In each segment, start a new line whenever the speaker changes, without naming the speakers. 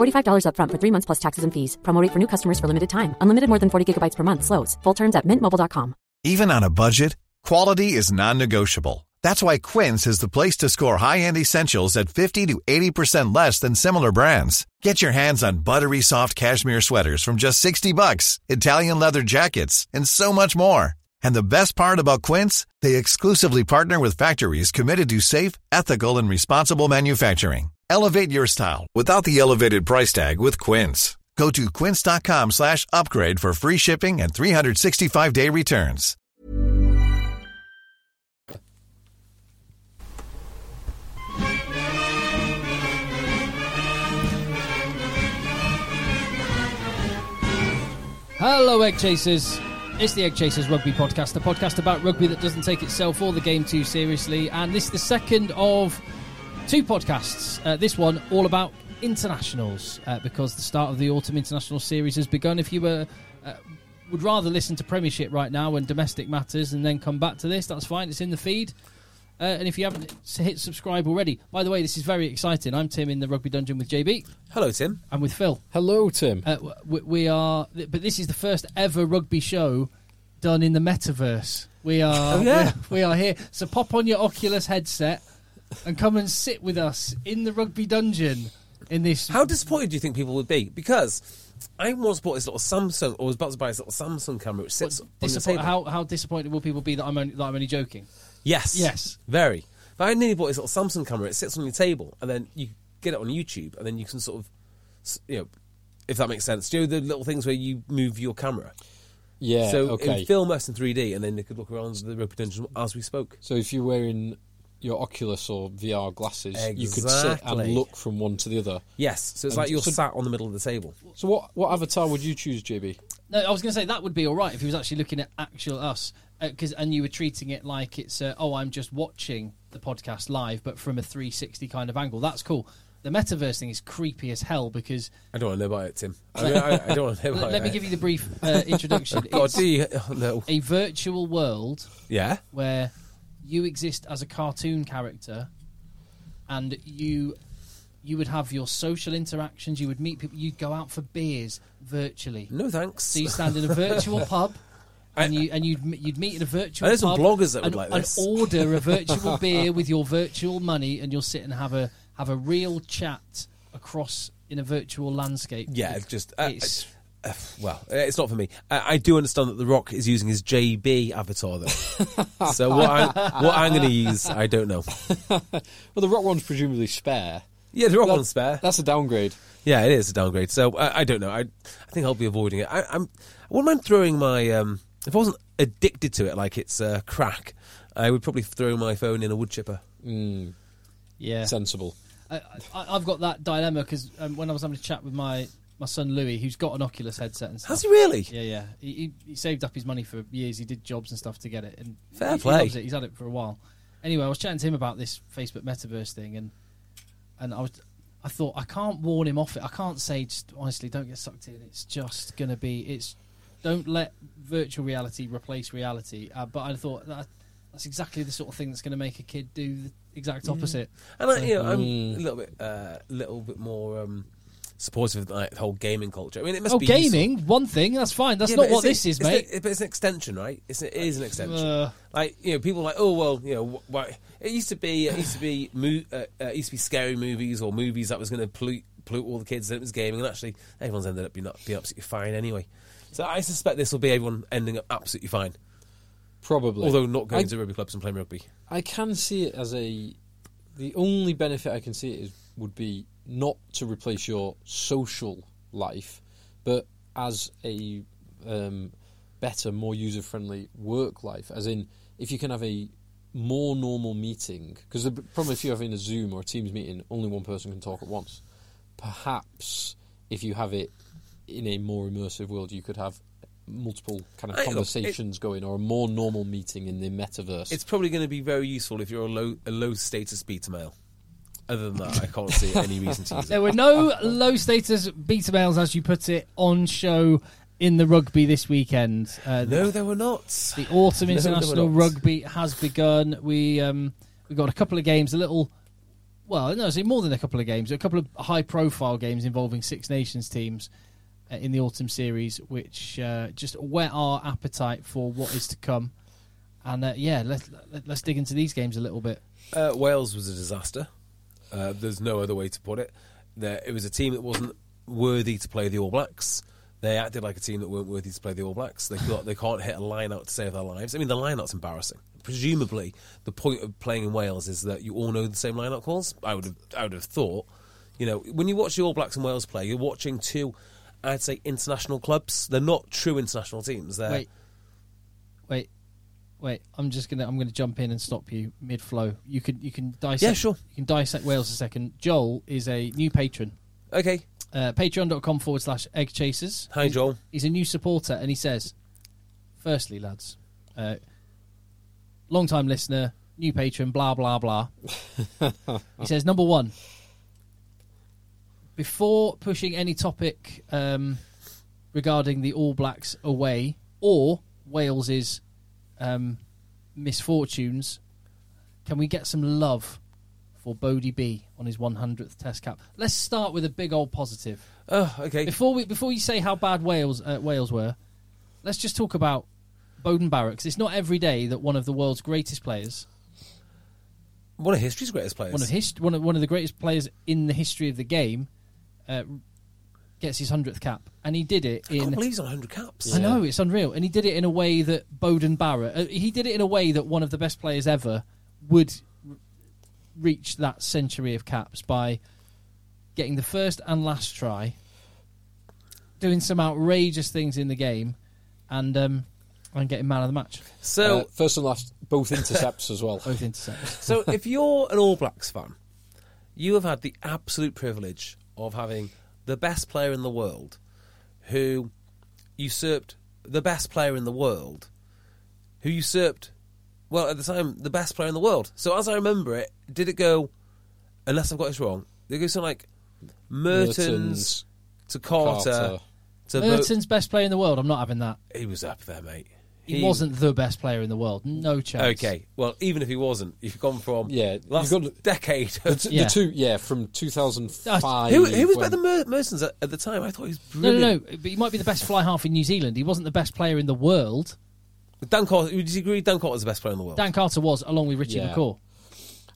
$45 upfront for three months plus taxes and fees. Promo rate for new customers for limited time. Unlimited more than 40 gigabytes per month. Slows. Full terms at mintmobile.com.
Even on a budget, quality is non-negotiable. That's why Quince is the place to score high-end essentials at 50 to 80% less than similar brands. Get your hands on buttery soft cashmere sweaters from just 60 bucks, Italian leather jackets, and so much more. And the best part about Quince, they exclusively partner with factories committed to safe, ethical, and responsible manufacturing. Elevate your style without the elevated price tag with Quince. Go to quince.com slash upgrade for free shipping and 365-day returns.
Hello, Egg Chasers. It's the Egg Chasers Rugby Podcast, the podcast about rugby that doesn't take itself or the game too seriously. And this is the second of two podcasts. Uh, this one all about internationals uh, because the start of the autumn international series has begun. If you were uh, would rather listen to Premiership right now and domestic matters, and then come back to this, that's fine. It's in the feed. Uh, and if you haven't s- hit subscribe already, by the way, this is very exciting. I'm Tim in the Rugby Dungeon with JB.
Hello, Tim.
and with Phil.
Hello, Tim.
Uh, w- we, we are, th- but this is the first ever rugby show done in the metaverse. We are,
Oh, yeah.
we, we are here. So pop on your Oculus headset and come and sit with us in the rugby dungeon. In this,
How disappointed do you think people would be? Because I once bought this little Samsung, or was about to buy this little Samsung camera, which sits on the
disappoint-
table.
how how disappointed will people be that I'm only, that I'm only joking?
Yes.
Yes.
Very. But I nearly bought this little Samsung camera. It sits on your table, and then you get it on YouTube, and then you can sort of, s- you know, if that makes sense. Do you know the little things where you move your camera?
yeah,
so it
okay.
would film us in 3D, and then they could look around the Rope Dungeon as we spoke.
so if you're wearing your Oculus or VR glasses, you could sit
Exactly.
and look from one to the other.
Yes. So it's
Um,
like you're
so-
sat on the middle of the table.
So what what avatar would you choose, JB?
No, I was going to say that would be all right if he was actually looking at actual us, because and you were treating it like it's uh, oh I'm just watching the podcast live, but from a 360 kind of angle. That's cool. The metaverse thing is creepy as hell because
I don't want to know about it, Tim. I, mean, I, I don't want to know about
Let,
it.
let me give you the brief uh, introduction.
God,
it's
do you? Oh, no.
a virtual world
Yeah.
where you exist as a cartoon character, and you you would have your social interactions. You would meet people. You'd go out for beers virtually.
No thanks.
So you stand in a virtual pub. And you and you'd m- you'd meet in a virtual.
I know some
pub
bloggers that would
and,
like
and
this.
order a virtual beer with your virtual money, and you'll sit and have a have a real chat across in a virtual landscape.
Yeah, it's just uh,
It's-
uh, well, uh, it's not for me. I, I do understand that The Rock is using his JB avatar though. so what I'm, what I'm going to use, I don't know.
Well, the rock one's presumably spare.
Yeah, The Rock
That-
one's spare.
That's a downgrade.
Yeah, it is a downgrade. So I, I don't know. I I think I'll be avoiding it. I, I'm I wouldn't mind throwing my um if I wasn't addicted to it like it's uh, crack. I would probably throw my phone in a wood chipper.
yeah.
Sensible.
I, I, I've got that dilemma because um, when I was having a chat with my, my son Louis, who's got an Oculus headset and stuff.
Has he really?
Yeah, yeah. He, he, he saved up his money for years. He did jobs and stuff to get it. And
Fair
he- he
play.
loves it. He's had it for a while. Anyway, I was chatting to him about this Facebook metaverse thing, and and I was, I thought I can't warn him off it. I can't say just honestly, don't get sucked in. It's just gonna be. It's don't let virtual reality replace reality. Uh, but I thought that that's exactly the sort of thing that's gonna make a kid do the exact
Mm.
opposite.
And I, you know, I'm
Mm-hmm.
a little bit, uh, little bit more um, supportive of like, the whole gaming culture. I mean, it must
Oh,
be
gaming, one thing, that's fine. That's
Yeah,
not
but
what
it-
this is,
it's
mate.
a- but it's an extension, right? It's, it is an extension.
Uh.
like you know, people are like, oh well, you know, wh- why? It used to be, it used to be, mo- uh, uh, it used to be scary movies or movies that was going to pollute, pollute all the kids. And it was gaming, and actually, everyone's ended up being, up- being absolutely fine anyway. So I suspect this will be everyone ending up absolutely fine,
Probably.
although not going
I,
to rugby clubs and playing rugby.
I can see it as a. The only benefit I can see it is would be not to replace your social life, but as a um, better, more user friendly work life. As in, if you can have a more normal meeting, because the b- problem if you're having a Zoom or a Teams meeting, only one person can talk at once. Perhaps if you have it in a more immersive world, you could have multiple kind of
I- look, it-
conversations going or a more normal meeting in the metaverse.
It's probably going to be very useful if you're a low a low status beta male. Other than that, I can't see any reason to use it.
There were no low status beta males, as you put it, on show in the rugby this weekend. Uh,
No, there were not.
The autumn
No, there were
international
not.
rugby has begun. We um, we got a couple of games, a little. Well, no, it's more than a couple of games. A couple of high-profile games involving Six Nations teams uh, in the autumn series, which uh, just whet our appetite for what is to come. And uh, yeah, let's let- let's dig into these games a little bit.
Uh, Wales was a disaster. Uh, there's no other way to put it. There, it was a team that wasn't worthy to play the All Blacks. They acted like a team that weren't worthy to play the All Blacks. They got, they can't hit a line out to save their lives. I mean, the line out's embarrassing. Presumably, the point of playing in Wales is that you all know the same line out calls. I would have, I would have thought. You know, when you watch the All Blacks and Wales play, you're watching two, I'd say, international clubs. They're not true international teams. They're
Wait, wait, wait! I'm just gonna I'm gonna jump in and stop you mid-flow. You can you can dissect.
Yeah, sure.
You can dissect Wales a second. Joel is a new patron.
okay.
uh, patreon.com forward slash egg chasers.
Hi, Joel.
He's a new supporter and he says, firstly, lads, uh, long time listener, new patron, blah, blah, blah. he says, number one, before pushing any topic um, regarding the All Blacks away or Wales's um, misfortunes, can we get some love for Bodie B on his 100th Test cap? Let's start with a big old positive
Oh, okay.
before we before you say how bad Wales uh, Wales were, let's just talk about Bowden Barracks. It's not every day that one of the world's greatest players,
One of history's greatest players.
one of his one of one of the greatest players in the history of the game, uh, gets his hundredth cap, and he did it
I can't
in.
believe he's on 100 caps.
I know it's unreal, and he did it in a way that Bowden Barrett. Uh, he did it in a way that one of the best players ever would r- reach that century of caps by getting the first and last try, doing some outrageous things in the game, and um, and getting man of the match,
So,
Uh, first and last, both intercepts as well.
both intercepts.
so if you're an All Blacks fan, you have had the absolute privilege of having the best player in the world, who usurped the best player in the world, who usurped, well, at the time, the best player in the world. So as I remember it, did it go? Unless I've got this wrong, did it go something like Mertens,
Mertens,
to Carter,
Carter.
to Bo-
Merton's best player in the world. I'm not having that.
he was up there, mate.
He, wasn't the best player in the world. No chance.
Okay, well, even if he wasn't, you've gone from
Yeah, you've
last
got-
decade
The,
of
t-
Yeah.
the two, yeah, from 2005.
Uh, Who, who was
when-
better than Mer- Mertens at, at the time? I thought he was
No,
brilliant.
no, no. But he might be the best fly half in New Zealand. He wasn't the best player in the world.
Dan Carter, would you agree Dan Carter's the best player in the world?
Dan Carter was, along with Richie
Yeah.
McCaw.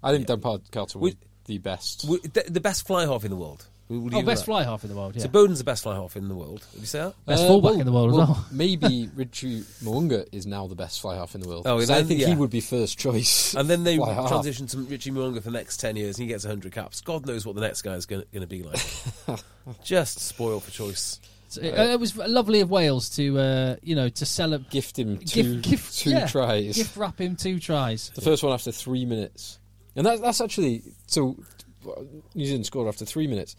I think Dan Pard- Carter was
Would-
the best.
W- the, the best fly half in the world. Would- would you
Oh,
agree
best
with
fly half in the world.
that?
Yeah.
So Bowden's the best fly half in the world. Would you say that?
Best fullback in the world as well.
Uh, maybe Richie Mwanga is now the best fly half in the world.
Oh,
'Cause
and
I
then-
think
yeah.
he would be first choice.
And then they
fly half.
transition to Richie Mwanga for the next 10 years and he gets 100 caps. God knows what the next guy is going to be like. Just spoiled for choice.
So it, it was lovely of Wales to, uh, you know, to celebrate.
Gift him two, two tries.
Gift wrap him two tries.
The first one after three minutes, and that, that's actually so. New Zealand scored after three minutes.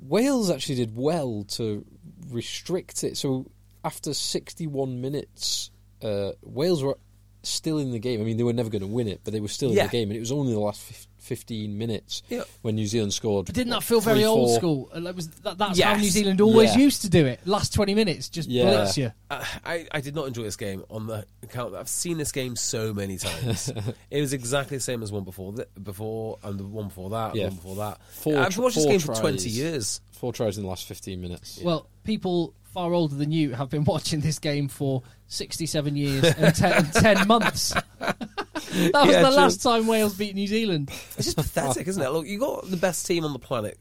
Wales actually did well to restrict it. So after 61 minutes, uh, Wales were still in the game. I mean, they were never going to win it, but they were still in
Yeah.
the game, and it was only the last fif- 15 minutes
Yeah.
when New Zealand scored.
But didn't
what,
that feel very
3-4?
old school? Uh, Like was that, that's how
Yes.
New Zealand always
Yeah.
used to do it. Last twenty minutes just
Yeah.
blitz you.
I, I- I did not enjoy this game on the account that I've seen this game so many times. it was exactly the same as one before th- before and the one before that,
Yeah.
one before that.
Four
I've
tr-
watched this
four
game for twenty
tries.
years.
Four tries in the last 15 minutes.
Well, people far older than you have been watching this game for sixty-seven years and ten, and 10 months. that was
Yeah,
the
true.
last time Wales beat New Zealand.
It's just pathetic, isn't it? Look, you got the best team on the planet.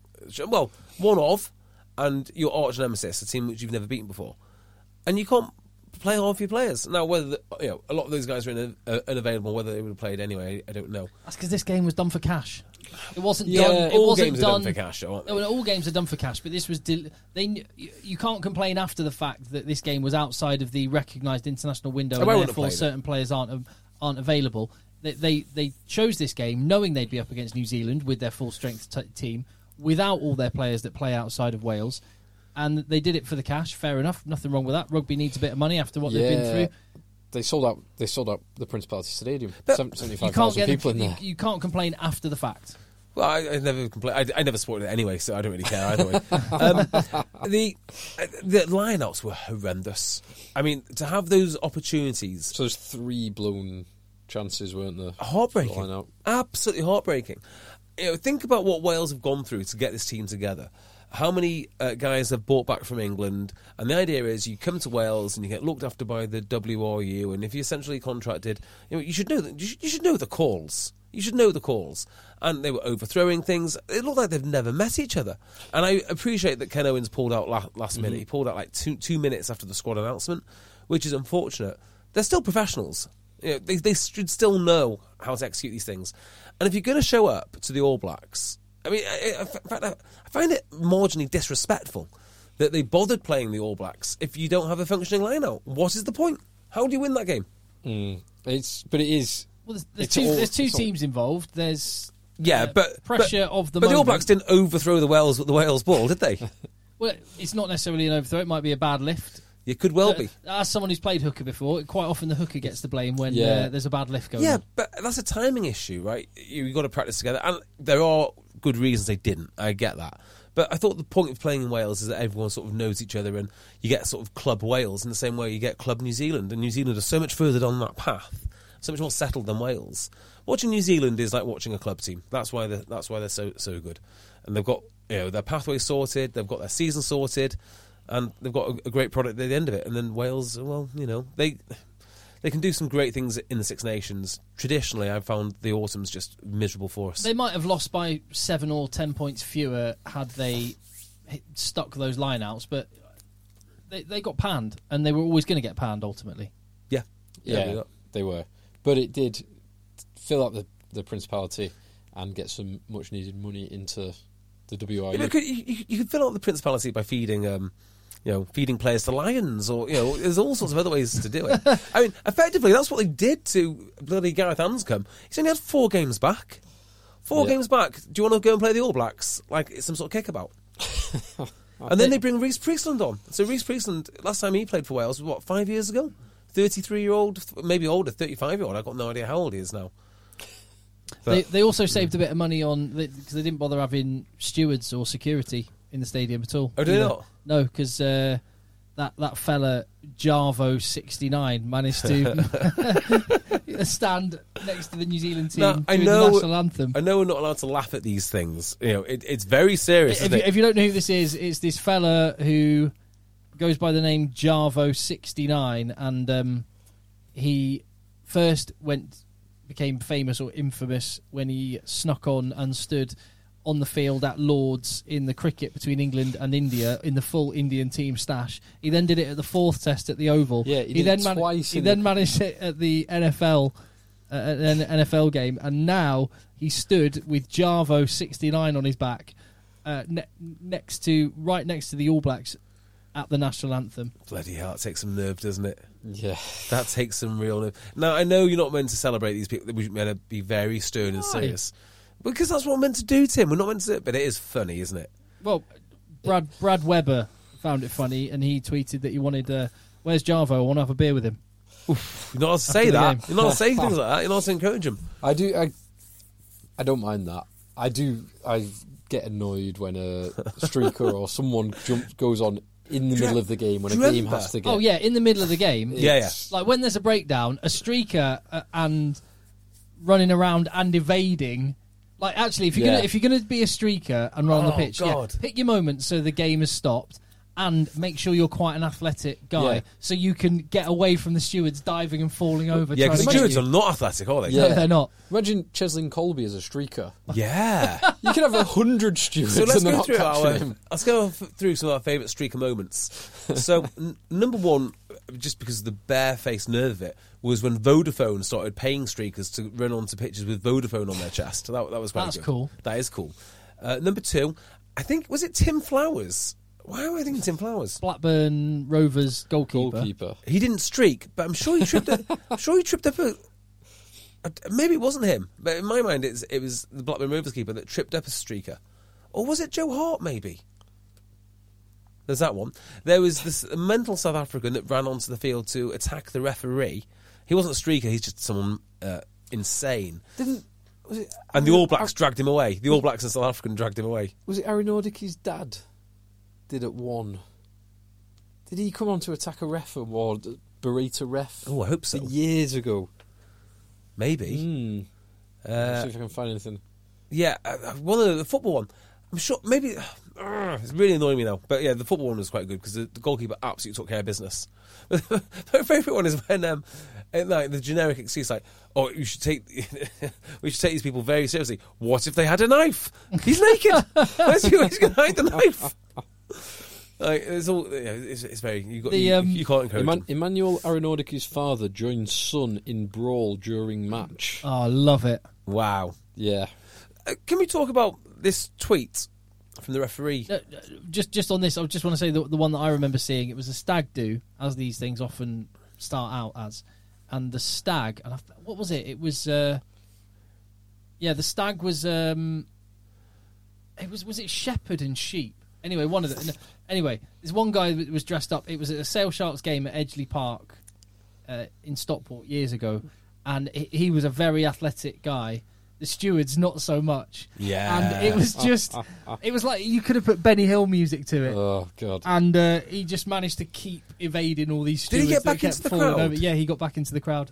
Well, one of, and your arch nemesis, a team which you've never beaten before, and you can't play half your players now. Whether the, you know a lot of those guys are in, uh, unavailable, whether they would have played anyway, I don't know.
That's because this game was done for cash. It wasn't
Yeah,
done. It
all
wasn't
games are
done,
done for cash, though, aren't they?
No, no, all games are done for cash. But this was del- they. kn- You you can't complain after the fact that this game was outside of the recognised international window,
Oh,
I
and
wouldn't have
therefore
played it.
certain players aren't av- aren't available. They, they they chose this game knowing they'd be up against New Zealand with their full strength t- team without all their players that play outside of Wales. and they did it for the cash. Fair enough, nothing wrong with that. Rugby needs a bit of money after what they've been through.
They sold out. They sold out the Principality Stadium.
But
Seven-
You can't
75,000
get
people in
you,
there.
you can't complain after the fact.
Well, I, I never compla I, I never supported it anyway, so I don't really care either way. um, the uh, the lineups were horrendous. I mean, to have those opportunities,
So there's three blown chances, weren't there?
heartbreaking,
Line out.
absolutely heartbreaking. You know, think about what Wales have gone through to get this team together. How many uh, guys have brought back from England? And the idea is, you come to Wales and you get looked after by the WRU, and if you're essentially contracted, you, know, you should know that you, should, you should know the calls. You should know the calls. And they were overthrowing things. It looked like they've never met each other. And I appreciate that Ken Owens pulled out la- last minute. He pulled out like two two minutes after the squad announcement, which is unfortunate. They're still professionals. You know, they, they should still know how to execute these things. And if you're going to show up to the All Blacks, I mean, I, I, in fact, I I find it marginally disrespectful that they bothered playing the All Blacks if you don't have a functioning line-out. What is the point? How do you win that game?
It's but it is.
Well, there's, there's
It's
two,
all-
there's two
it's all-
teams involved. There's
Yeah,
uh,
but
pressure
but,
of the
But the All
moment.
Blacks didn't overthrow the Wales with the Wales ball, did they?
Well, it's not necessarily an overthrow. It might be a bad lift.
You could well be.
Uh, As someone who's played hooker before, quite often the hooker gets the blame when
Yeah.
uh, there's a bad lift going.
Yeah,
on.
but that's a timing issue, right? You, you've got to practice together. And there are good reasons they didn't. I get that. But I thought the point of playing in Wales is that everyone sort of knows each other and you get sort of club Wales in the same way you get club New Zealand. And New Zealand are so much further down that path, so much more settled than Wales. Watching New Zealand is like watching a club team. That's why they're, that's why they're so, so good. And they've got you know their pathway sorted, they've got their season sorted, and they've got a, a great product at the end of it. And then Wales, well, you know, they they can do some great things in the Six Nations. Traditionally, I've found the autumn's just miserable for us.
They might have lost by seven or ten points fewer had they hit, stuck those lineouts, but they, they got panned, and they were always going to get panned ultimately.
yeah,
Yeah,
we got-
they were, but it did fill up the the Principality and get some much needed money into the
You, know,
WRU.
could, you, you- you could fill out the principality by feeding, um, you know, feeding players to lions, or you know, there's all sorts of other ways to do it. I mean, effectively, that's what they did to bloody Gareth Anscombe. He's only had four games back. Four
Yeah.
games back. Do you want to go and play the All Blacks like it's some sort of kickabout? and then they bring Reese Priestland on. So Reese Priestland, last time he played for Wales was what five years ago. Thirty-three-year-old, maybe older, thirty-five-year-old. I've got no idea how old he is now.
They, they also saved a bit of money on because they didn't bother having stewards or security in the stadium at all.
Oh, did they
either.
not?
No, because uh, that that fella Jarvo sixty nine managed to stand next to the New Zealand team
Now,
during
I
the
know.
national anthem.
I know we're not allowed to laugh at these things. You know, it, it's very serious.
if,
isn't
you,
it?
if you don't know who this is, it's this fella who goes by the name Jarvo69, and um, he first went became famous or infamous when he snuck on and stood on the field at Lords in the cricket between England and India in the full Indian team stash. He then did it at the fourth test at the Oval.
Yeah, he did
then
it
man-
twice
he
in
then
the-
managed it at the NFL uh, at an NFL game, and now he stood with Jarvo 69 on his back, uh, ne- next to right next to the All Blacks at the national anthem.
Bloody hell, it takes some nerve, doesn't it?
Yeah,
That takes some real nerve. Now, I know you're not meant to celebrate these people. We're meant to be very stern and serious. Because that's what we're meant to do, Tim. We're not meant to do it, but it is funny, isn't it?
Well, Brad Brad Weber found it funny, and he tweeted that he wanted. Uh, Where's Jarvo? I want to have a beer with him.
You're not allowed to say
the
that.
game.
You're not allowed to say things like that. You're not allowed to encourage them.
I do. I I don't mind that. I do. I get annoyed when a streaker or someone jumps goes on in the middle of the game when
do
a
you
game
remember?
has to get.
Oh yeah, in the middle of the game.
Yeah, yeah.
It's-
Like when there's a breakdown, a streaker uh, and running around and evading. Like actually, if you're
Yeah.
gonna if you're gonna be a streaker and run on the
Oh,
pitch, yeah,
God.
pick your moment so the game has stopped, and make sure you're quite an athletic guy
Yeah.
so you can get away from the stewards diving and falling over.
Yeah,
trying
because
to
the
get
stewards
you.
are not athletic, are they?
No, they're not.
Imagine Cheslin Colby as a streaker.
Yeah.
You could have a hundred stewards
so let's
and they're
go
not
through
catching
our, uh,
him.
let's go f- through some of our favourite streaker moments. So n- number one, just because of the barefaced nerve of it, was when Vodafone started paying streakers to run onto pitches with Vodafone on their chest. That, that was quite
That's
good.
cool.
That is cool. Uh, number two, I think was it Tim Flowers? Why am I thinking Tim Flowers?
Blackburn Rovers goalkeeper.
Goalkeeper.
He didn't streak, but I'm sure he tripped. Up, I'm sure he tripped up. A, a- maybe it wasn't him, but in my mind, it's, it was the Blackburn Rovers keeper that tripped up a streaker, or was it Joe Hart? Maybe. There's that one. There was this mental South African that ran onto the field to attack the referee. He wasn't a streaker. He's just someone uh, insane.
Didn't was it?
And the All Blacks dragged him away. The All Blacks and South African dragged him away.
Was it Aaron Nordick's dad? Did at one. Did he come on to attack a ref or berate a ref?
Oh, I hope so.
Years ago.
Maybe.
Hmm.
Uh,
See if I can find anything.
yeah, uh, uh, one of the, the football one. I'm sure maybe Ugh, it's really annoying me now. But yeah, the football one was quite good because the, the goalkeeper absolutely took care of business. My favourite one is when um, and, like the generic excuse like, "Oh, you should take we should take these people very seriously." What if they had a knife? He's naked. Where's he, where's he going to hide the knife? Like, it's all yeah, it's, it's very you got
The,
you,
um,
you can't encourage
Eman-
them.
Emmanuel Aeronaudicu's father joined son in brawl during match.
Oh, I love it.
Wow.
Yeah.
Uh, can we talk about this tweet from the referee?
Uh, uh, just just on this, I just want to say the, the one that I remember seeing. It was a stag do, as these things often start out as, and the stag. And I, what was it? It was, uh, yeah, the stag was. Um, it was was it shepherd and sheep? Anyway, one of the. no, anyway, there's one guy that was dressed up. It was at a Sale Sharks game at Edgeley Park, uh, in Stockport years ago, and he, he was a very athletic guy. The stewards, not so much.
Yeah.
and it was just, it was like you could have put Benny Hill music to it,
Oh god.
and uh, he just managed to keep evading all these.
Did he
Stewards
get
that
back
kept
into the
falling
crowd?
Over. Yeah, he got back into the crowd.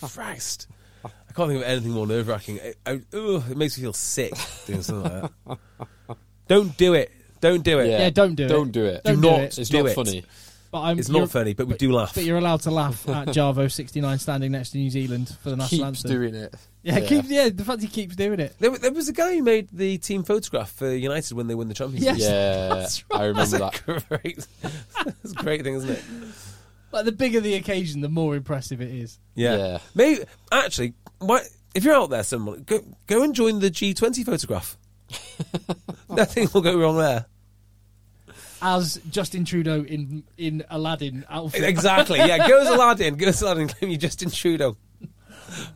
Christ. I can't think of anything more nerve wracking. It, I- ugh, it makes me feel sick doing something like that. Don't do it. Don't do it.
Yeah, don't do
Don't
it.
do it.
Don't
do
do
not
it.
It's
do
not
it.
funny.
But I'm,
It's
you're-
not funny, but we do laugh.
But you're allowed to laugh at Jarvo 69 standing next to New Zealand for the national
Keeps
anthem.
doing it.
yeah, keep, yeah, the fact he keeps doing it.
There, wa- there was a guy who made the team photograph for United when they won the Champions
Yes.
League.
Yeah,
That's
I remember that.
Great. That's a great thing, isn't it?
Like the bigger the occasion, the more impressive it is.
Yeah.
Yeah.
Maybe actually, why, if you're out there, someone go go and join the G20 photograph. Nothing will go wrong there.
As Justin Trudeau in in Aladdin outfit.
Exactly. Yeah, go as Aladdin. Go as Aladdin. Claim you're Justin Trudeau.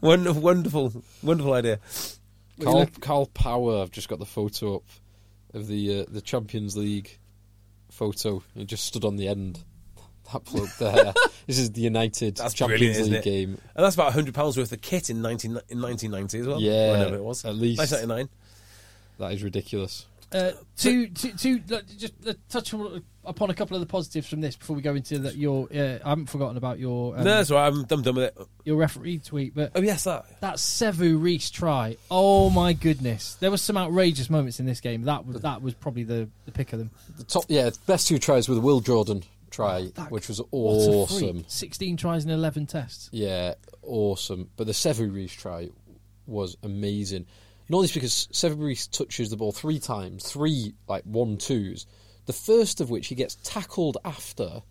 Wonderful, wonderful, wonderful idea.
Carl, Carl Power. I've just got the photo up of the uh, the Champions League photo. It just stood on the end. That bloke there. this is the United
That's brilliant,
Champions
isn't
League
it?
game.
And that's about hundred pounds worth of kit in nineteen in nineteen ninety as well.
Yeah,
whatever it was.
at least.
nineteen ninety nine.
That is ridiculous.
Uh, to to to look, just uh, touch on- upon a couple of the positives from this before we go into the, your. Uh, I haven't forgotten about your um,
no, that's all right. I'm, I'm done with it.
your referee tweet, but
Oh yes, that.
that Sevu Reese try. Oh my goodness, there was some outrageous moments in this game. That was that was probably the, the pick of them.
The top, yeah, the best two tries were the Will Jordan try,
That-
which was
What a freak.
awesome.
Sixteen tries in eleven tests.
Yeah, awesome. But the Severis try was amazing. Not least because Severis touches the ball three times, three like one twos. The first of which he gets tackled after,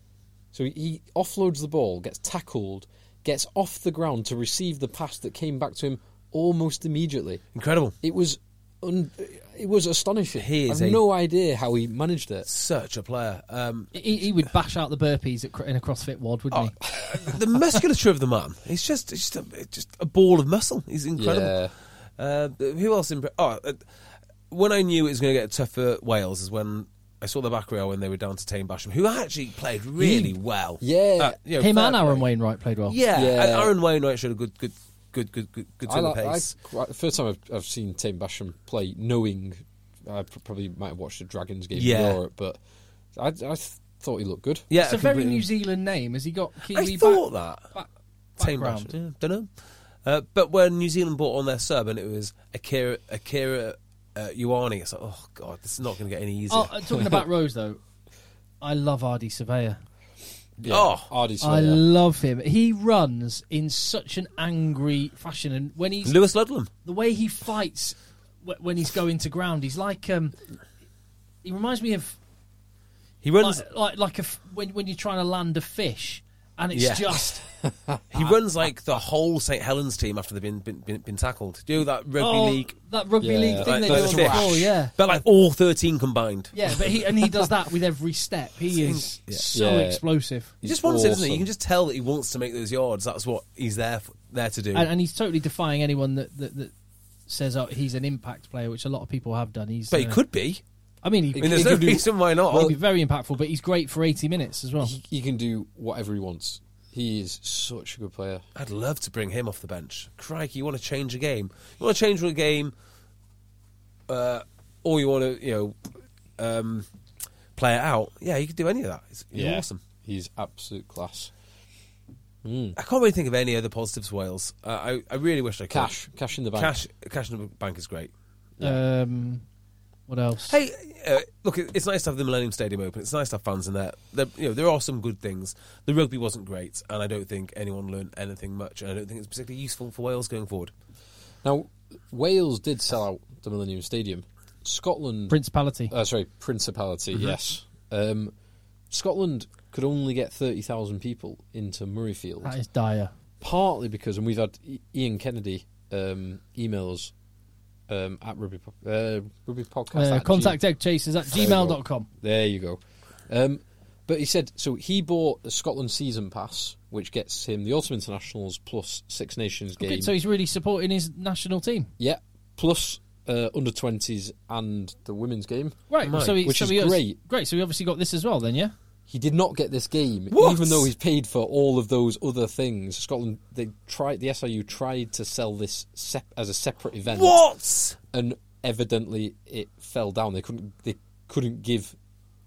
so he, he offloads the ball, gets tackled, gets off the ground to receive the pass that came back to him almost immediately.
Incredible.
It was, un- it was astonishing.
He is
I
a-
have no idea how he managed it.
Such a player. Um,
He, he would bash out the burpees at, cr- in a CrossFit wad, wouldn't
Oh,
he?
the musculature of the man. He's just it's just a, it's just a ball of muscle. He's incredible.
Yeah.
Uh, who else? Impre- oh, uh, when I knew it was going to get tough for Wales is when I saw the back row when they were down to Tane Basham, who actually played really well. Uh,
Yeah.
you know,
Him
fair
and Aaron
play.
Wainwright played well.
Yeah,
Yeah.
and Aaron Wainwright showed a good, good, good, good, good, good turn
I
of
like- I
pace.
quite- the first time I've, I've seen Tim Basham play, knowing I pr- probably might have watched the Dragons game
Yeah.
before it, but I, I th- thought he looked good.
yeah,
it's a very
completely.
New Zealand name. Has he got
I
Kiwi
thought
back-
that.
back-
Tame
background?
Basham, yeah, don't know. Uh, but when New Zealand bought on their sub and it was Akira Akira uh, Ioane, it's like, oh god, this is not going to get any easier.
Oh, uh, talking about Rose though, I love Ardy Surveyor.
Yeah,
Oh.
Hardy Sawyer.
I love him. He runs in such an angry fashion, and when he's
Lewis Ludlam,
the way he fights wh- when he's going to ground, he's like um, he reminds me of
he runs.
like like, like a f- when when you're trying to land a fish, and it's
Yeah.
just
He
uh,
runs like the whole St Helens team after they've been been, been, been tackled. Do you know that rugby
oh,
league,
that rugby
Yeah.
league thing
Like
they
the
do on the
fish.
floor, yeah.
but like all thirteen combined.
Yeah, but he and he does that with every step. He is so
Yeah.
explosive,
He
He's
just wants it, doesn't he? You
awesome.
can just tell that he wants to make those yards. That's what he's there for, there to do.
and, and he's totally defying anyone that that, that says oh, he's an impact player, which a lot of people have done. He's
but he
uh,
could be.
I mean, he,
I mean, there's no
could do-
reason why not.
will be very impactful, but he's great for 80 minutes as well.
He, he can do whatever he wants. He is such a good player.
I'd love to bring him off the bench. Crikey, you want to change a game? You want to change a game, uh, or you want to, you know, um, play it out? Yeah, you could do any of that. It's it's awesome.
He's absolute class.
I can't really think of any other positives for Wales. Uh, I I really wish I could.
Cash, cash in the bank.
cash, cash in the bank is great.
Um, what else?
Hey, uh, look, it- it's nice to have the Millennium Stadium open. It's nice to have fans in there. there. You know, there are some good things. The rugby wasn't great, and I don't think anyone learned anything much, and I don't think it's particularly useful for Wales going forward.
Now, Wales did sell out the Millennium Stadium. Scotland,
Principality.
uh, sorry, Principality,
Mm-hmm.
yes. Um, Scotland could only get thirty thousand people into Murrayfield.
that is dire.
partly because, and we've had I- Ian Kennedy um, email us um, at Ruby po- uh, Ruby Podcast.
Uh,
at
contact
G-
eggchasers at
There you go.
gmail.com.
There you go. Um, but he said so. He bought a Scotland season pass, which gets him the autumn internationals plus Six Nations game.
Okay, so he's really supporting his national team.
yeah, plus uh, under twenties and the women's game.
Right,
Right,
so he,
which
so
is
he obvi-
great.
Great, so he obviously got this as well, then, yeah.
He did not get this game,
What?
even though he's paid for all of those other things. Scotland, they tried the SIU tried to sell this sep- as a separate event.
What?
and evidently it fell down. They couldn't they couldn't give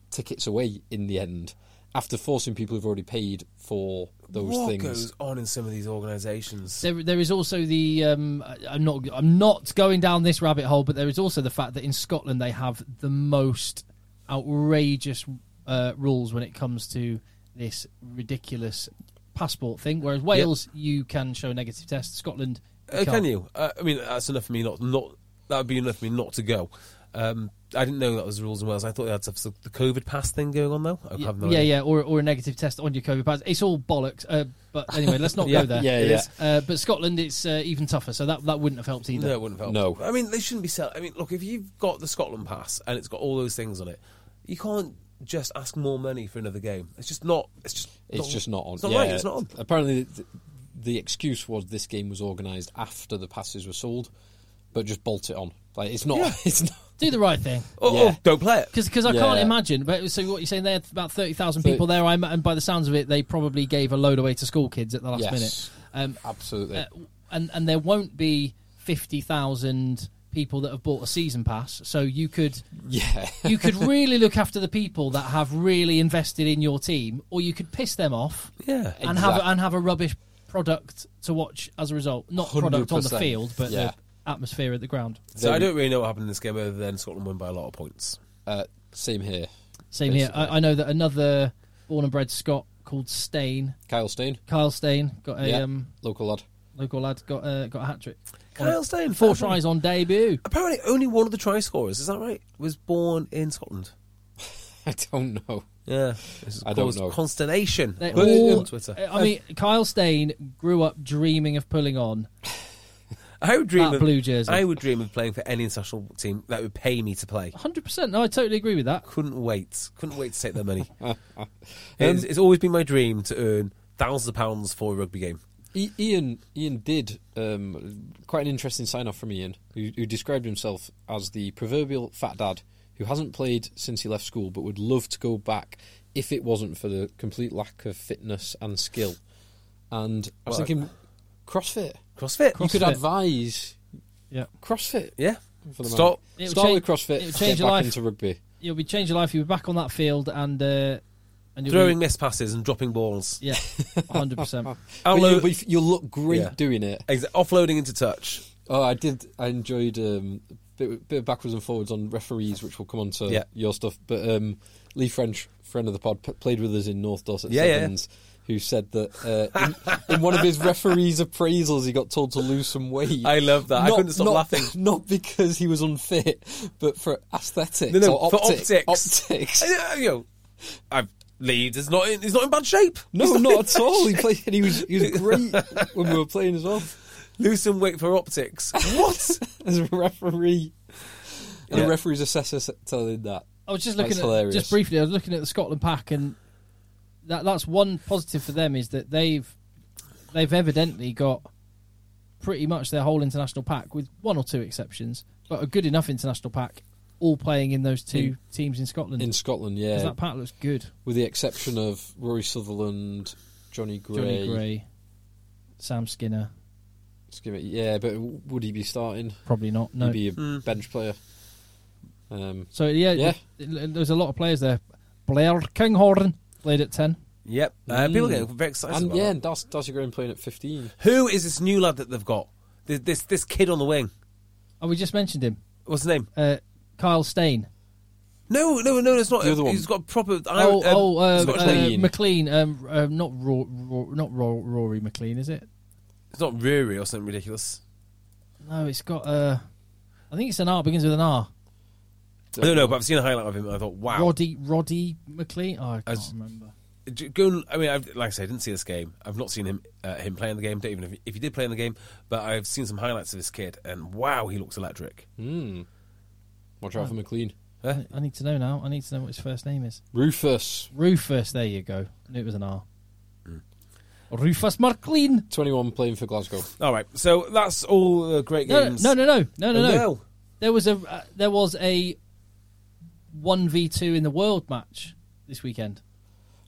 tickets away in the end after forcing people who've already paid for those
what
things.
goes on in some of these organisations?
There, there is also the um, I- I'm not I'm not going down this rabbit hole, but there is also the fact that in Scotland they have the most outrageous uh, rules when it comes to this ridiculous passport thing. Whereas Wales, you can show a negative test. Scotland, you
Uh, can
can't.
you? Uh, I mean, that's enough for me not not. That would be enough for me not to go. Um, I didn't know that was the rules in Wales. I thought they had to have some- the COVID pass thing going on though. I
Y-
have no
yeah,
idea.
yeah, or, or a negative test on your COVID pass. It's all bollocks. Uh, but anyway, let's not
Yeah,
go there.
yeah, It yeah. is.
Uh, but Scotland, it's uh, even tougher. So that that wouldn't have helped either.
No, it wouldn't help.
No.
I mean, they shouldn't be selling. I mean, look, if you've got the Scotland pass and it's got all those things on it, you can't just ask more money for another game. It's just not. It's just.
It's just not on.
It's not
yeah, Um,
right. It's not on.
Apparently, th- the excuse was this game was organised after the passes were sold, but just bolt it on. Like it's not. It's not.
Do the right thing.
Oh,
Yeah.
oh, don't play it.
Because I
Yeah.
can't imagine. But so what you're saying? They had about thirty thousand
So-
people there. I'm, and by the sounds of it, they probably gave a load away to school kids at the last
Yes.
minute.
Absolutely.
Um, uh, and and there won't be fifty thousand people that have bought a season pass. So you could
yeah.
you could really look after the people that have really invested in your team, or you could piss them off
Yeah.
and have
Exact-
and have a rubbish product to watch as a result. Not product on the
100%.
field, but
Yeah.
the atmosphere at the ground.
So I don't really know what happened in this game other than Scotland won by a lot of points.
Uh, same here.
Same here. I, I know that another born and bred Scot called Stain.
Kyle Stain.
Kyle Stain got a
yeah.
um,
local lad.
local lad got uh, got a hat trick.
Kyle Stain,
four
fair play.
tries on debut.
Apparently, only one of the try scorers, is that right? Was born in Scotland.
I don't know.
Yeah. This has
I don't
caused
know.
Consternation
They
on
all-
Twitter.
I mean, Kyle Stain grew up dreaming of pulling on.
I would dream
that
of
blue jersey.
I would dream of playing for any international team that would pay me to play.
100%. No, I totally agree with that.
Couldn't wait. Couldn't wait to take their money.
Um,
it's, it's always been my dream to earn thousands of pounds for a rugby game.
I- Ian Ian did um, quite an interesting sign off from Ian, who, who described himself as the proverbial fat dad who hasn't played since he left school, but would love to go back if it wasn't for the complete lack of fitness and skill. And I was
Right.
thinking, CrossFit.
CrossFit.
You could
CrossFit.
advise
Yeah.
CrossFit.
Yeah.
For the
Stop.
moment.
It'll
Start
change-
with CrossFit.
it'll
Get
change
back
your life.
into rugby.
You'll be changing your life. You'll be back on that field and uh, and you'll
Throwing
Be,
missed passes and dropping balls.
yeah, 100%.
I'll
But
load-
you'll, be, you'll look great
Yeah.
doing it.
Exa- offloading into touch.
Oh, I did. I enjoyed um, a bit, bit of backwards and forwards on referees, which we'll come on to
Yeah.
your stuff. But um, Lee French, friend of the pod, p- played with us in North Dorset
Yeah, yeah.
Sevens, who said that uh, in, in one of his referees' appraisals, he got told to lose some weight.
I love that. I couldn't stop
not,
laughing.
Not because he was unfit, but for aesthetics.
No, no,
or
for
optic-
optics.
optics.
I- you know, I've, Leeds is not in, he's not in bad shape.
No, not at all. He played. He was he was great when we were playing as well
Lose some weight for optics. What?
as a referee. And
Yeah.
the referee's assessor s- telling that.
I was just
That's
looking at,
hilarious.
just briefly. I was looking at the Scotland pack, and that that's one positive for them is that they've they've evidently got pretty much their whole international pack, with one or two exceptions, but a good enough international pack all playing in those two
In-
teams in Scotland.
in Scotland, yeah,
'Cause that part looks good.
with the exception of Rory Sutherland, Johnny Gray.
Johnny Gray, Sam Skinner,
Excuse me, yeah, but w- would he be starting?
probably not. No.
He'd be a
Hmm.
bench player. Um,
So yeah,
Yeah.
it- it- there's a lot of players there. Blair Kinghorn played at ten.
Yep. Uh, People are getting
Hmm.
very excited
Mm. and
about
yeah,
that.
and Darcy, Darcy Graham playing at 15.
Who is this new lad that they've got? This, this this kid on the wing.
Oh, we just mentioned him,
What's his name?
uh, Kyle Stain.
No, no, no. It's not.
The other one.
He's got proper.
Oh,
um,
oh, uh,
Scottish name.
uh,
McLean.
McLean. Um, uh, not Ro- Ro- not Ro- Rory McLean, is it?
It's not Rory or something ridiculous.
No, it's got. Uh, I think it's an R. Begins with an R.
I don't know, but I've seen a highlight of him. and I thought, wow.
Roddy Roddy McLean. Oh, I can't
As-
remember.
J- Go. and- I mean, I've, like I said, I didn't see this game. I've not seen him uh, him playing the game. Don't even if he, if he did play in the game. But I've seen some highlights of this kid, and wow, he looks electric.
Watch out for McLean.
I, I need to know now. I need to know what his first name is.
Rufus,
Rufus. There you go. I knew it was an R. Rufus McLean.
21, playing for Glasgow.
All right, so that's all the great
No,
games.
no, no, no, no, no, no.
No.
There was a uh, there was a one v two in the world match this weekend.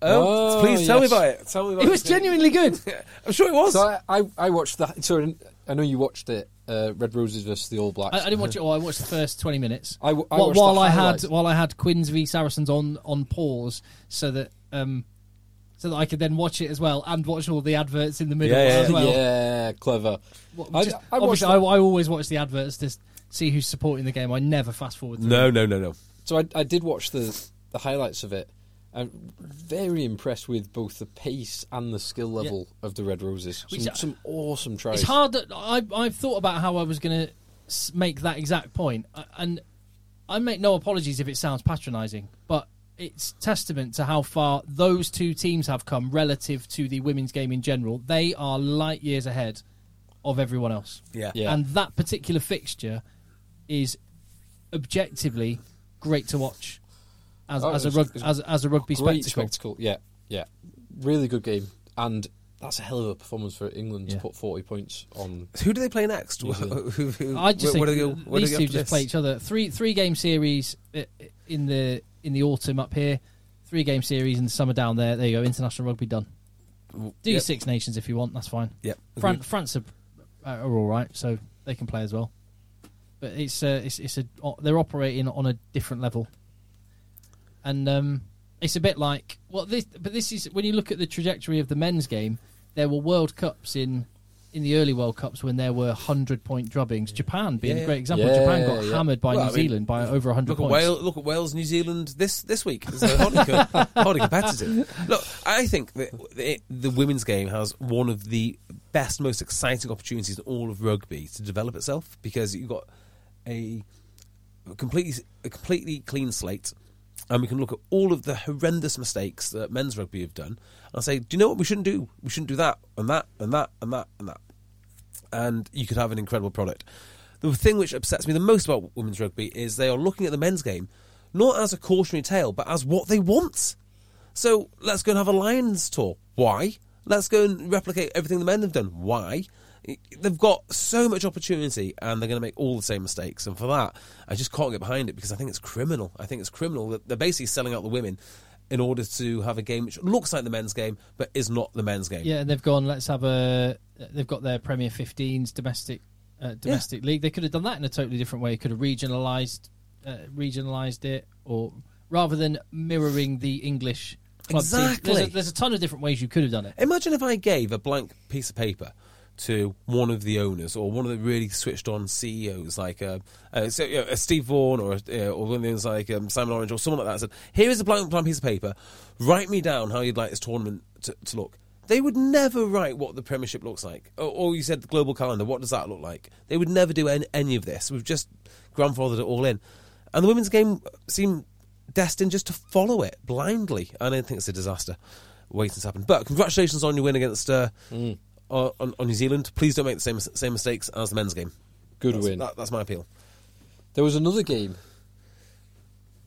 Oh,
Oh,
please tell me
yes.
about it. Tell me about
It was genuinely good.
I'm sure it was.
So I, I, I watched that. So I know you watched it. Uh, Red Roses versus the All Blacks.
I, I didn't watch it all. I watched the first twenty minutes.
I w- I
while
watched the
while I had
highlights.
while I had Quinns v Saracens on on pause, so that um, so that I could then watch it as well and watch all the adverts in the middle
Yeah, yeah,
as well.
yeah, clever.
What-
I-
just-
I watched
obviously,
that-
I, I always watch the adverts to s- see who's supporting the game. I never fast forward. through.
no, no, no, no.
So I, I did watch the the highlights of it. I'm very impressed with both the pace and the skill level of the Red Roses. Some,
Which, uh,
some awesome tries.
It's hard. That I I've thought about how I was going to make that exact point, I- and I make no apologies if it sounds patronising, but it's testament to how far those two teams have come relative to the women's game in general. They are light years ahead of everyone else.
Yeah.
Yeah.
and that particular fixture is objectively great to watch as,
Oh,
as a
it's-
rug,
it's
as, as a rugby
Great
spectacle.
spectacle. Yeah, yeah. Really good game. And that's a hell of a performance for England
Yeah.
to put 40 points on.
Who do they play next? Who- who-
I just
where-
think
where do they go-
th-
where do
these two
they go after
just
this?
play each other. Three three game series uh, in the in the autumn up here. Three game series in the summer down there. There you go. International rugby done. Do your
Yep.
Six Nations if you want. That's fine.
Yep.
Fran-
Agreed.
France are, uh, are all right, so they can play as well. But it's uh, it's it's a o- they're operating on a different level, and um, it's a bit like well this but this is when you look at the trajectory of the men's game, there were World Cups in in the early World Cups when there were hundred point drubbings. Japan being a
Yeah.
great example.
Yeah,
Japan got
yeah.
hammered by
Well,
New
I mean,
Zealand by over hundred
Look
points.
at Wales. Look at Wales, New Zealand this this week. It's hardly, co- hardly competitive. Look, I think that the, the women's game has one of the best, most exciting opportunities in all of rugby to develop itself because you've got a completely a completely clean slate, and we can look at all of the horrendous mistakes that men's rugby have done and say, do you know what we shouldn't do? We shouldn't do that and that and that and that and that and you could have an incredible product. The thing which upsets me the most about women's rugby is they are looking at the men's game not as a cautionary tale, but as what they want. So let's go and have a Lions tour. Why? Let's go and replicate everything the men have done. Why? They've got so much opportunity and they're going to make all the same mistakes. And for that, I just can't get behind it because I think it's criminal. I think it's criminal that they're basically selling out the women in order to have a game which looks like the men's game but is not the men's game.
Yeah, and they've gone. Let's have a. They've got their Premier 15s domestic uh, domestic league. They could have done that in a totally different way. Could have regionalised uh, regionalised it, or rather than mirroring the English. club teams. There's
Exactly.
a, there's a ton of different ways you could have done it.
Imagine if I gave a blank piece of paper to one of the owners or one of the really switched on CEOs like uh, uh, so, you know, a Steve Vaughan or uh, or one of those like um, Simon Orange or someone like that and said, "Here is a blank, blank piece of paper. Write me down how you'd like this tournament to, to look." They would never write what the Premiership looks like, or, or you said the global calendar. What does that look like? They would never do any, any of this. We've just grandfathered it all in, and the women's game seemed destined just to follow it blindly. And I think it's a disaster waiting to happen. But congratulations on your win against uh,
Mm.
uh, on, on New Zealand. Please don't make the same same mistakes as the men's game.
Good
That's,
win.
that- that's my appeal.
There was another game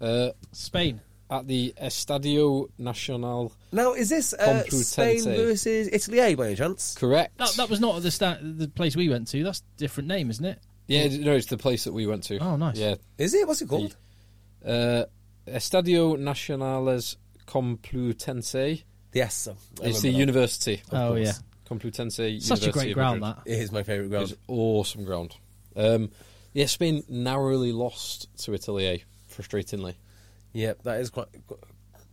uh,
Spain.
at the Estadio Nacional.
Now, is this uh,
Complutense.
Spain versus Italy A by any chance?
Correct.
That, that was not the sta- the place we went to. That's a different name, isn't it?
yeah, no, it's the place that we went to.
Oh, nice.
Yeah,
Is it? What's it called?
Uh, Estadio Nacionales Complutense
Yes, I
is
remember
the
that.
university.
Oh yeah,
Complutense.
such
University
a great
of
ground
Madrid.
that.
It is my favourite
It
ground.
was awesome ground. Um, yeah, Spain narrowly lost to Italy, eh? frustratingly.
Yeah, that is quite qu-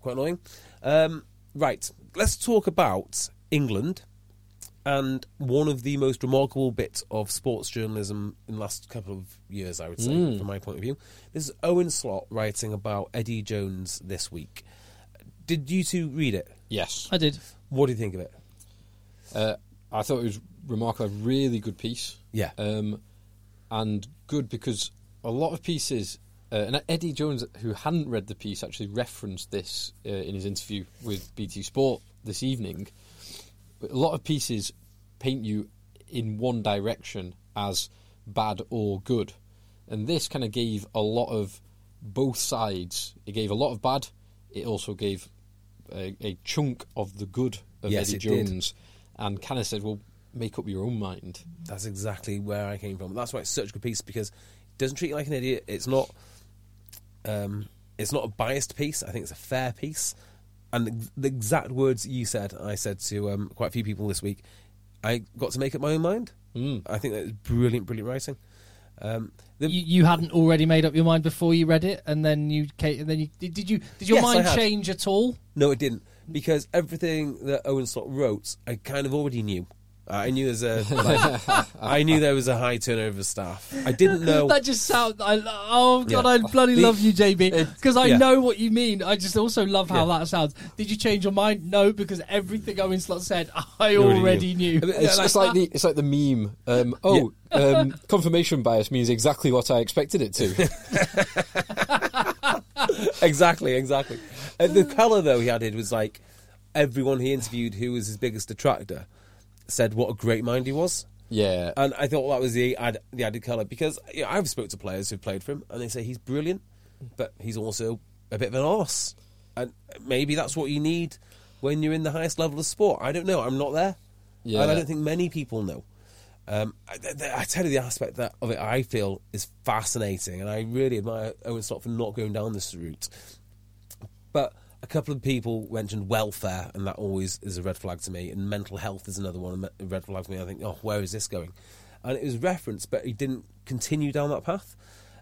quite annoying. Um, right, let's talk about England and one of the most remarkable bits of sports journalism in the last couple of years, I would say, from my point of view. This is Owen Slot writing about Eddie Jones this week. Did you two read it?
Yes.
I did.
What do you think of it?
Uh, I thought it was remarkable. A really good piece.
Yeah.
Um, and good because a lot of pieces, uh, and Eddie Jones, who hadn't read the piece, actually referenced this uh, in his interview with BT Sport this evening. But a lot of pieces paint you in one direction as bad or good. And this kind of gave a lot of both sides. It gave a lot of bad. It also gave a, a chunk of the good of
Yes,
Eddie
it did.
Jones and kind of said, well, make up your own mind.
That's exactly where I came from. That's why it's such a good piece because it doesn't treat you like an idiot. It's not, um, it's not a biased piece. I think it's a fair piece. And the, the exact words you said, I said to um, quite a few people this week. I got to make up my own mind. Mm. I think that is brilliant, brilliant writing. Um, the,
You, you hadn't already made up your mind before you read it, and then you ca- and then you did, did you did your
Yes, I
mind
had.
change at all?
No, it didn't, because everything that Owen Slot wrote, I kind of already knew. I knew there's a, like, I knew there was a high turnover of staff. I didn't know
That just sounds. I, oh god,
Yeah.
I bloody
The-
love you, JB,
it-
because I
yeah.
know what you mean. I just also love how that sounds. Did you change your mind? No, because everything Owen Slot said, I already, knew.
I mean,
It's,
like-
it's like the it's like the meme. Um, oh, um, confirmation bias means exactly what I expected it to.
exactly, exactly. Uh, the colour though he added was like everyone he interviewed who was his biggest detractor said what a great mind he was.
yeah,
And I thought that was the ad, the added colour because you know, I've spoke to players who've played for him and they say he's brilliant, but he's also a bit of an arse. And maybe that's what you need when you're in the highest level of sport. I don't know. I'm not there,
Yeah.
and I don't think many people know. Um, I, th- th- I tell you, the aspect that of it I feel is fascinating, and I really admire Owen Stott for not going down this route. But a couple of people mentioned welfare, and that always is a red flag to me. And mental health is another one, a red flag to me. I think, oh, where is this going? And it was referenced, but he didn't continue down that path.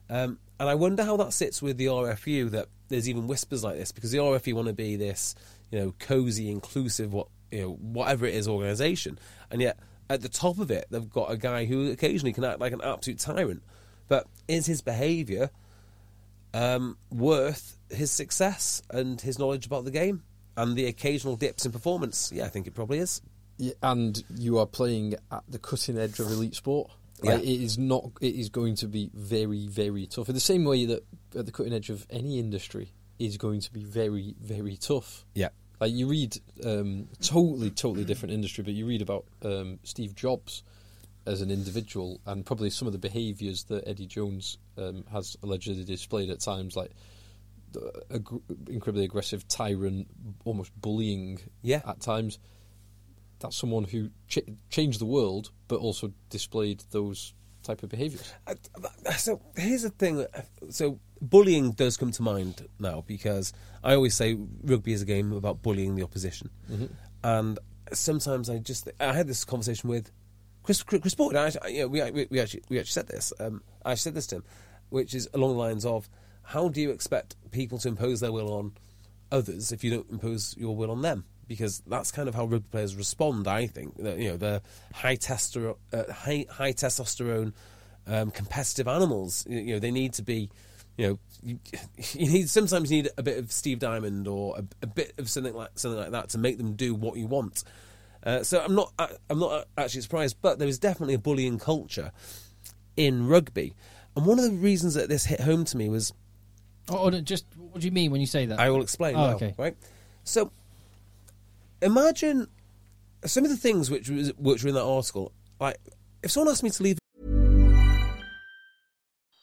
Um, and I wonder how that sits with the RFU that there's even whispers like this because the RFU want to be this, you know, cozy, inclusive, what you know, whatever it is, organisation, and yet at the top of it they've got a guy who occasionally can act like an absolute tyrant. But is his behaviour um, worth his success and his knowledge about the game and the occasional dips in performance. Yeah, I think it probably is.
Yeah, and you are playing at the cutting edge of elite sport.
Yeah.
Like, it is not. It is going to be very, very tough. In the same way that at the cutting edge of any industry is going to be very, very tough.
Yeah.
Like you read, um, totally, totally different industry, but you read about um, Steve Jobs as an individual and probably some of the behaviours that Eddie Jones um, has allegedly displayed at times, like ag- incredibly aggressive tyrant, almost bullying
Yeah.
at times. That's someone who ch- changed the world, but also displayed those type of behaviours.
I- I- So here's the thing. So bullying does come to mind now because I always say rugby is a game about bullying the opposition, and sometimes I just I had this conversation with Chris Chris Boyd. I, I- you know, we, we we actually we actually said this. Um, I actually said this to him, which is along the lines of how do you expect people to impose their will on others if you don't impose your will on them because that's kind of how rugby players respond I think They're, you know they're high, tester, uh, high, high testosterone um, competitive animals you, you know they need to be you know you, you need sometimes you need a bit of Steve Diamond or a, a bit of something like something like that to make them do what you want uh, so I'm not I, I'm not actually surprised but there is definitely a bullying culture in rugby and one of the reasons that this hit home to me was
Or, or oh, just what do you mean when you say that?
I will explain.
Oh,
now,
okay.
Right. So, imagine some of the things which was, which were in that article. Like, if someone asked me to leave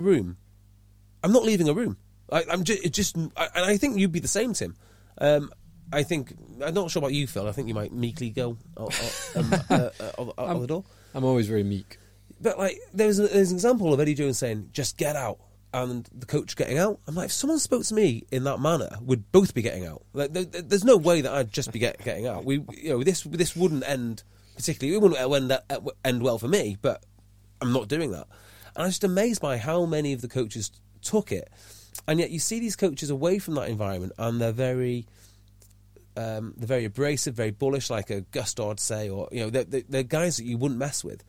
room. I'm not leaving a room. I, I'm just, it just, I, and I think you'd be the same, Tim. Um, I think I'm not sure about you, Phil. I think you might meekly go out, out, um, uh, uh, out, out the door.
I'm always very meek.
But like, there's, an- there's an example of Eddie Jones saying, "Just get out," and the coach getting out. I'm like, if someone spoke to me in that manner, would both be getting out. Like, there, there- there's no way that I'd just be get, getting out. We, you know, this this wouldn't end particularly. It wouldn't end end well for me. But I'm not doing that. And I'm just amazed by how many of the coaches took it. And yet, you see these coaches away from that environment, and they're very um, they're very abrasive, very bullish, like a Gustard say, or you know, they're, they're, they're guys that you wouldn't mess with.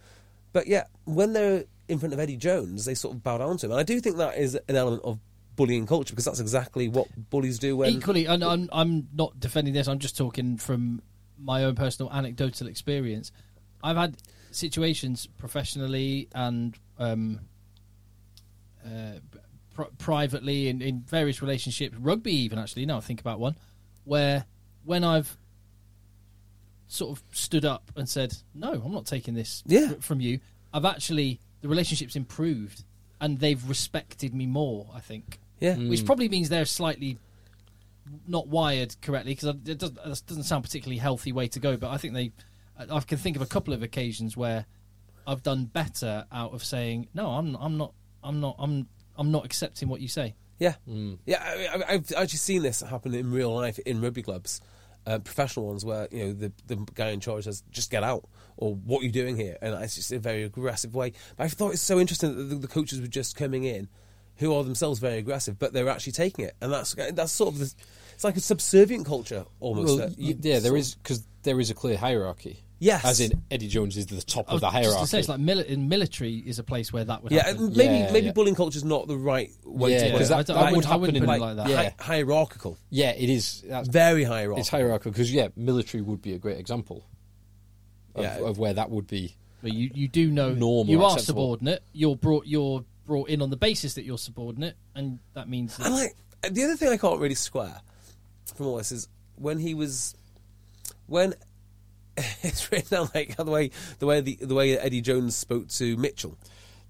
But yeah, when they're in front of Eddie Jones, they sort of bow down to him, and I do think that is an element of bullying culture because that's exactly what bullies do. When
Equally, and I'm, I'm not defending this. I'm just talking from my own personal anecdotal experience. I've had situations professionally and um, uh, pr- privately in, in various relationships, rugby even actually. Now I think about one where when I've sort of stood up and said, "No, I'm not taking this
Yeah.
fr- from you," I've actually the relationship's improved and they've respected me more. I think
yeah,
Mm.
which probably means they're slightly not wired correctly because it doesn't, that doesn't sound particularly healthy way to go. But I think they, I I can think of a couple of occasions where I've done better out of saying no, I'm I'm not, I'm not, I'm I'm not accepting what you say.
Yeah,
Hmm.
yeah. I, I, I've actually seen this happen in real life in rugby clubs, uh, professional ones, where you know the the guy in charge says, "Just get out," or "What are you doing here?" And it's just a very aggressive way. But I thought it's so interesting that the, the coaches were just coming in, who are themselves very aggressive, but they're actually taking it, and that's that's sort of the, it's like a subservient culture almost.
Well,
that
y-
you
yeah, there
sort
is because there is a clear hierarchy.
Yes.
as in Eddie Jones is the top of the
I was Oh, just
hierarchy.
to say, it's like mili- in military is a place where that would
Yeah,
happen.
and maybe
Yeah,
maybe
yeah.
bullying culture is not the right way
Yeah,
to put
'cause
it.
that- that would
I wouldn't
happen
put
in,
it
like
that.
that.
Hi-
Yeah.
hierarchical,
yeah, it is. That's,
very hierarchical.
it's hierarchical because yeah, military would be a great example of,
Yeah.
of where that would be.
But you, you do know
Normal,
you are
acceptable.
subordinate. You're brought you're brought in on the basis that you're subordinate, and that means that
And like the other thing I can't really square from all this is when he was when it's written down like the way the way the, the way Eddie Jones spoke to Mitchell.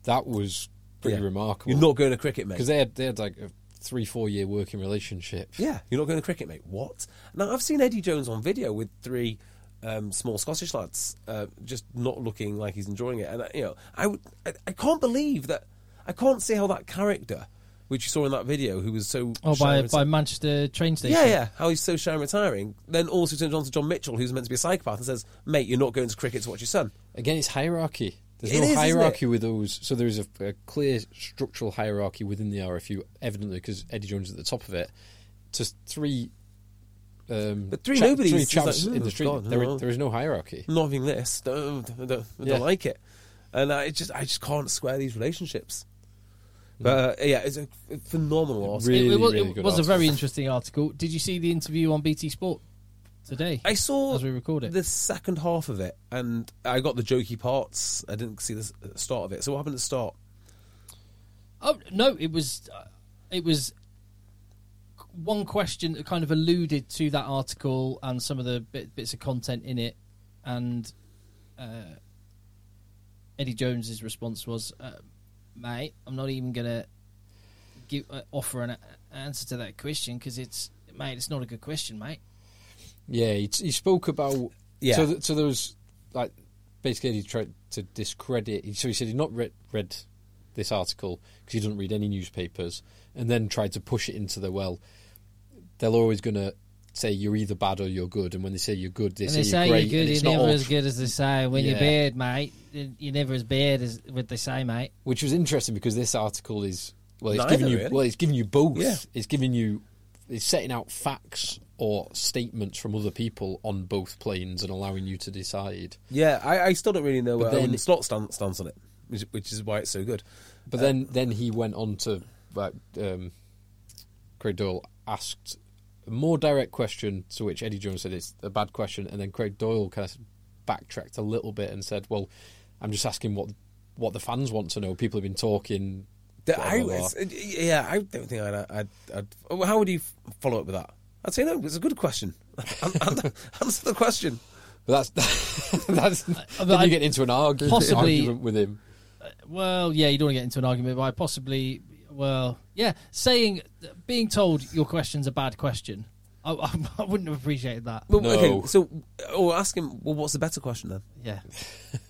That was pretty
Yeah.
remarkable.
You're not going to cricket, mate.
because they had they had like a three four year working relationship.
Yeah, you're not going to cricket, mate. What? Now I've seen Eddie Jones on video with three um, small Scottish lads, uh, just not looking like he's enjoying it. And uh, you know, I, would, I I can't believe that I can't see how that character, which you saw in that video, who was so
oh by
shy-
by Manchester train station.
Yeah, yeah. How he's so shy and retiring. Then also turns on to John Mitchell, who's meant to be a psychopath, and says, "Mate, you're not going to cricket to watch your son."
Again, it's hierarchy. There's
It
no
is, isn't it?
hierarchy with those. So there is a, a clear structural hierarchy within the RFU, evidently, because Eddie Jones is at the top of it. To three, um,
But three
cha-
nobodies
three
is
chaps
like,
in the
"Oh,
street.
God,
there,
no."
is, there is no hierarchy.
I'm not having this. Don't, don't, don't,
Yeah.
don't like it. And I just, I just can't square these relationships. But uh, yeah, it's a phenomenal.
Mm.
article.
Really,
it was,
really
it
good
was a
article.
very interesting article. Did you see the interview on BT Sport today?
I saw
as we record it.
the second half of it, and I got the jokey parts. I didn't see the s- start of it. So what happened at the start?
Oh no, it was uh, it was one question that kind of alluded to that article and some of the bit, bits of content in it, and uh, Eddie Jones's response was, uh, "Mate, I'm not even gonna give uh, offer an a- answer to that question because it's mate, it's not a good question, mate."
Yeah, he, he spoke about
Yeah.
So, th- so there was like basically he tried to discredit. he- So he said he'd not read, read this article because he doesn't read any newspapers, and then tried to push it into the well. They're always going to say you're either bad or you're good, and when they say you're good, they
And
say,
they say
you're
you're
great. and
good,
it's
you're
not
never
all
as
tr-
good as they say. When you're
Yeah.
bad, mate, you're never as bad as what they say, mate.
which was interesting because this article is well, it's
Neither,
giving you
really.
well, it's giving you both.
Yeah.
It's giving you it's setting out facts or statements from other people on both planes and allowing you to decide.
Yeah, I, I still don't really know where
But then-
Owen Slot stand, stands on it, which, which is why it's so good.
But then then he went on to like um, Craig Doyle asked a more direct question to which Eddie Jones said it's a bad question, and then Craig Doyle kind of backtracked a little bit and said, "Well, I'm just asking what what the fans want to know. People have been talking."
That
blah,
I, uh,
blah, blah."
it's- it- yeah, I don't think I'd, I'd, I'd. oh, How would you f- follow up with that? I'd say no. It's a good question. An- an- Answer the question.
But that's that's then
I-
you get into an argu-
Possibly-
argument with him.
Well, yeah, you don't want to get into an argument by possibly, well, yeah, saying, being told your question's a bad question. I, I, I wouldn't have appreciated that.
Well,
No.
Okay, so or ask him. Well, what's the better question then?
Yeah.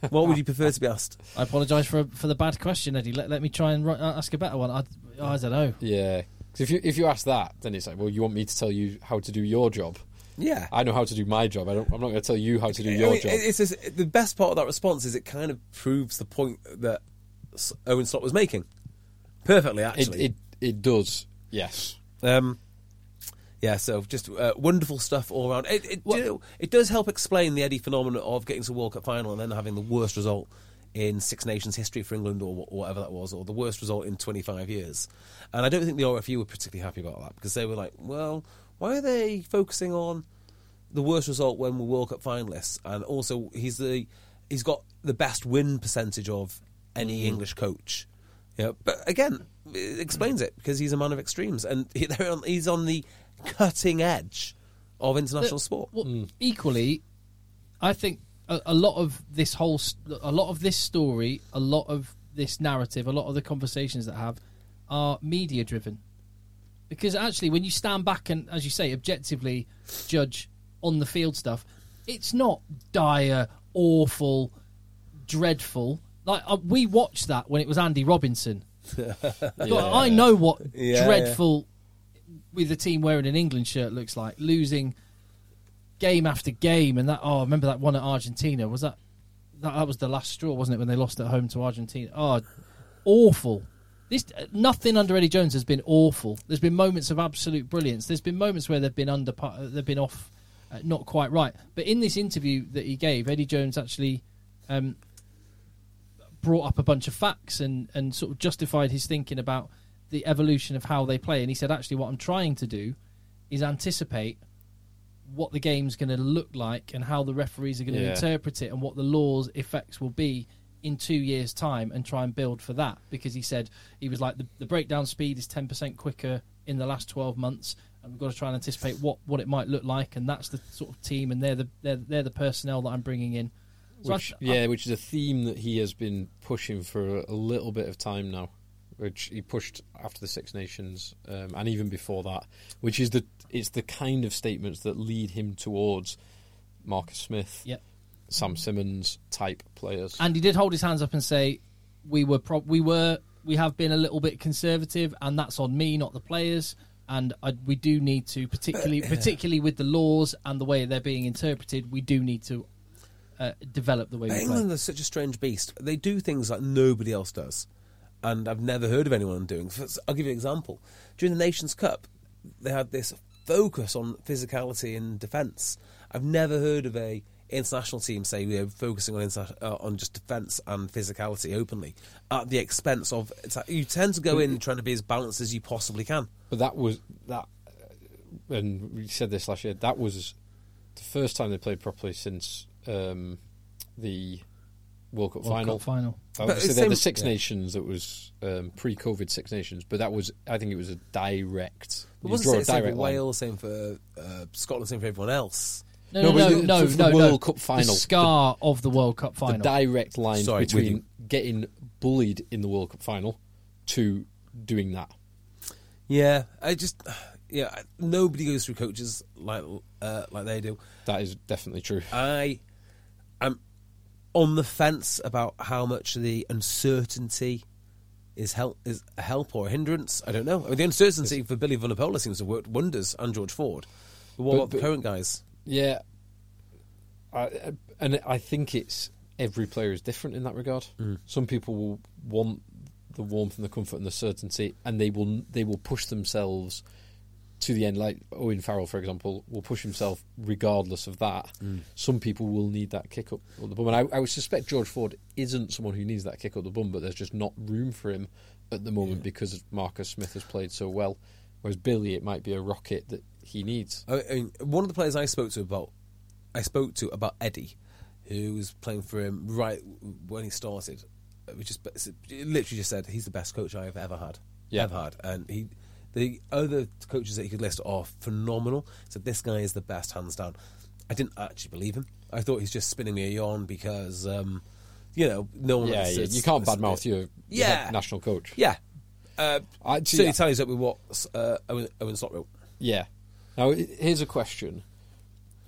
What would you prefer to be asked?
I apologise for for the bad question, Eddie. Let, let me try and ri- uh, ask a better one. I, I don't know.
Yeah. 'Cause if you if you ask that, then it's like, well, you want me to tell you how to do your job?
Yeah,
I know how to do my job. I don't. I'm not going to tell you how to do
I
your
mean,
job.
It's just, the best part of that response is it kind of proves the point that S- Owen Slot was making perfectly.
It
Actually,
it it does. Yes.
Um, yeah, so just uh, wonderful stuff all around. It, it,
What-
do you know, it does help explain the Eddie phenomenon of getting to the World Cup final and then having the worst result in Six Nations history for England or, wh- or whatever that was, or the worst result in 25 years. And I don't think the RFU were particularly happy about that because they were like, well, why are they focusing on the worst result when we're World Cup finalists? And also, he's the he's got the best win percentage of any English coach. Yeah, but again, it explains it because he's a man of extremes, and he, they're on, he's on the cutting edge of international sport.
Well, Equally, I think a, a lot of this whole, st- a lot of this story, a lot of this narrative, a lot of the conversations that have are media driven. Because actually, when you stand back and, as you say, objectively judge on the field stuff, it's not dire, awful, dreadful. Like uh, we watched that when it was Andy Robinson. Like, I know what
Yeah,
dreadful with a team wearing an England shirt looks like losing game after game, and that oh, I remember that one at Argentina was that that, that was the last straw, wasn't it, when they lost at home to Argentina? Oh, awful. This uh, nothing under Eddie Jones has been awful. There's been moments of absolute brilliance. There's been moments where they've been under, par- they've been off, uh, not quite right. But in this interview that he gave, Eddie Jones actually um, brought up a bunch of facts and, and sort of justified his thinking about the evolution of how they play. And he said, actually, what I'm trying to do is anticipate what the game's going to look like and how the referees are going to
Yeah.
interpret it and what the laws' effects will be in two years' time and try and build for that. Because he said, he was like, the, the breakdown speed is 10% quicker in the last 12 months. And we've got to try and anticipate what, what it might look like, and that's the sort of team, and they're the they're, they're the personnel that I'm bringing in. So I
Which,
th- I-
yeah, which is a theme that he has been pushing for a little bit of time now, which he pushed after the Six Nations um, and even before that, which is the it's the kind of statements that lead him towards Marcus Smith,
Yep.
Sam Simmons type players.
and he did hold his hands up and say we were pro- we were we have been a little bit conservative and that's on me not the players and I, we do need to particularly particularly with the laws and the way they're being interpreted we do need to uh, develop the way we play
England is such a strange beast. They do things like nobody else does, and I've never heard of anyone doing. For- I'll give you an example. During the Nations Cup, they had this focus on physicality in defence. I've never heard of a international team say we're focusing on interna- uh, on just defence and physicality openly at the expense of. It's like, you tend to
Mm.
go in trying to be as balanced as you possibly can.
But that was that, uh, and we said this last year. That was the first time they played properly since um, the World Cup
World
final.
Cup final
Obviously,
it's
they're the
same-
Six
yeah.
Nations that was um, pre-COVID Six Nations, but that was I think it was a direct.
But
you
wasn't
draw
it
a
the same for
direct line.
Wales, same for uh, Scotland, same for everyone else?
No,
no no no
but
no,
the-
no,
for the
no.
World Cup final,
the scar of the World Cup
The
final
direct line
Sorry, with
between
you.
getting bullied in the World Cup final to doing that.
Yeah, I just yeah, I- nobody goes through coaches like uh, like they do.
That is definitely true.
I am on the fence about how much the uncertainty is help is a help or a hindrance. I don't know. I mean, the uncertainty for Billy Vunipola seems to have worked wonders, and George Ford. But what
But-
about the
but-
current guys?
Yeah, I, and I think it's every player is different in that regard. Some people will want the warmth and the comfort and the certainty, and they will they will push themselves to the end. Like Owen Farrell, for example, will push himself regardless of that. Some people will need that kick up or the bum, and I, I would suspect George Ford isn't someone who needs that kick up the bum, but there's just not room for him at the moment because Marcus Smith has played so well. Whereas Billy, it might be a rocket that he needs.
I I mean, one of the players I spoke to about, I spoke to about Eddie, who was playing for him right when he started. uh, We just literally just said he's the best coach I have ever had,
Yeah.
ever had, and he. The other coaches that he could list are phenomenal. So this guy is the best, hands down. I didn't actually believe him. I thought he's just spinning me a yarn because, um, you know, no one.
Yeah,
it's-
you,
it's-
you can't
it's-
badmouth your, your
Yeah.
head national coach.
Yeah, uh,
Actually,
certainly
yeah.
tallies up with what uh, Owen, Owen Slot wrote.
Yeah. Now, i- here's a question: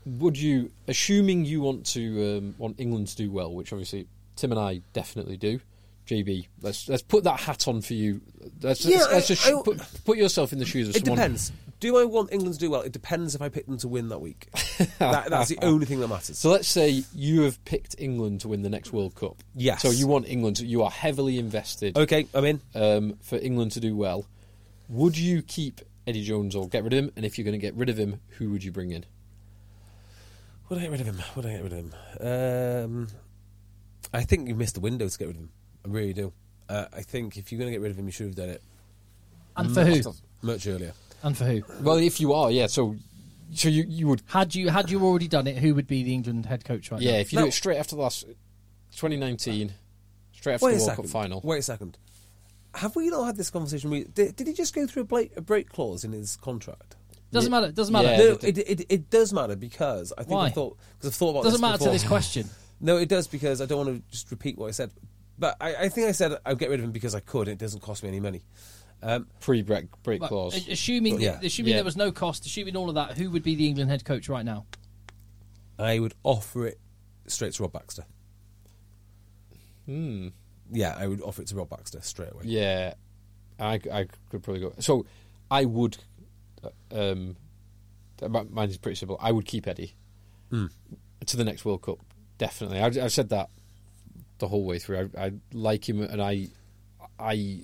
Would you, assuming you want to um, want England to do well, which obviously Tim and I definitely do, JB, let's let's put that hat on for you. Let's,
Yeah,
let's, let's
I-
assu-
I-
put, put yourself in the shoes of
It
someone.
depends. Do I want England to do well? It depends if I pick them to win that week. that, that's the only thing that matters.
So let's say you have picked England to win the next World Cup.
Yes. Oh,
So you want England. To, you are heavily invested
okay, I'm in.
um, for England to do well. Would you keep Eddie Jones or get rid of him? And if you're going to get rid of him, who would you bring in?
Would I get rid of him? Would I get rid of him? Um, I think you missed the window to get rid of him. I really do. Uh, I think if you're going to get rid of him, you should have done it
And for who?
much earlier.
And for who?
Well, if you are, yeah. So, so you you would,
Had you had you already done it, who would be the England head coach right
yeah.
now?
If you
No.
do it straight after the last 2019, straight after
Wait
the
a
World
second.
Cup final.
Wait a second. Have we not had this conversation? We- Did, did he just go through a break, a break clause in his contract?
Doesn't matter. Doesn't matter.
Yeah,
no,
they
it, it, it does matter because I think
Why?
I thought because I've thought about
Doesn't
this
matter to
before.
this question.
No, it does because I don't want to just repeat what I said. But I, I think I said I'd get rid of him because I could. It doesn't cost me any money.
Pre break break
But
clause.
a- assuming
Yeah.
assuming
Yeah.
there was no cost, assuming all of that, who would be the England head coach right now?
I would offer it straight to Rob Baxter. Hmm. Yeah, I would offer it to Rob Baxter straight away.
yeah, I, I could probably go. So, I would. Um, th- mi- mine is pretty simple. I would keep Eddie to the next World Cup. Definitely, I've, I've said that the whole way through. I, I like him, and I, I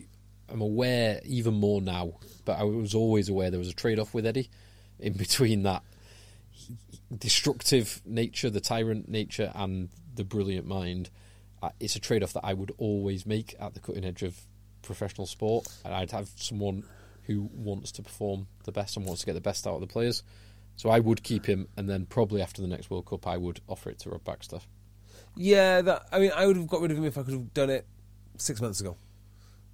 am aware even more now. But I was always aware there was a trade-off with Eddie in between that destructive nature, the tyrant nature, and the brilliant mind. Uh, It's a trade-off that I would always make at the cutting edge of professional sport, and I'd have someone who wants to perform the best and wants to get the best out of the players. So I would keep him, and then probably after the next World Cup, I would offer it to Rob Baxter.
Yeah, that. I mean, I would have got rid of him if I could have done it six months ago,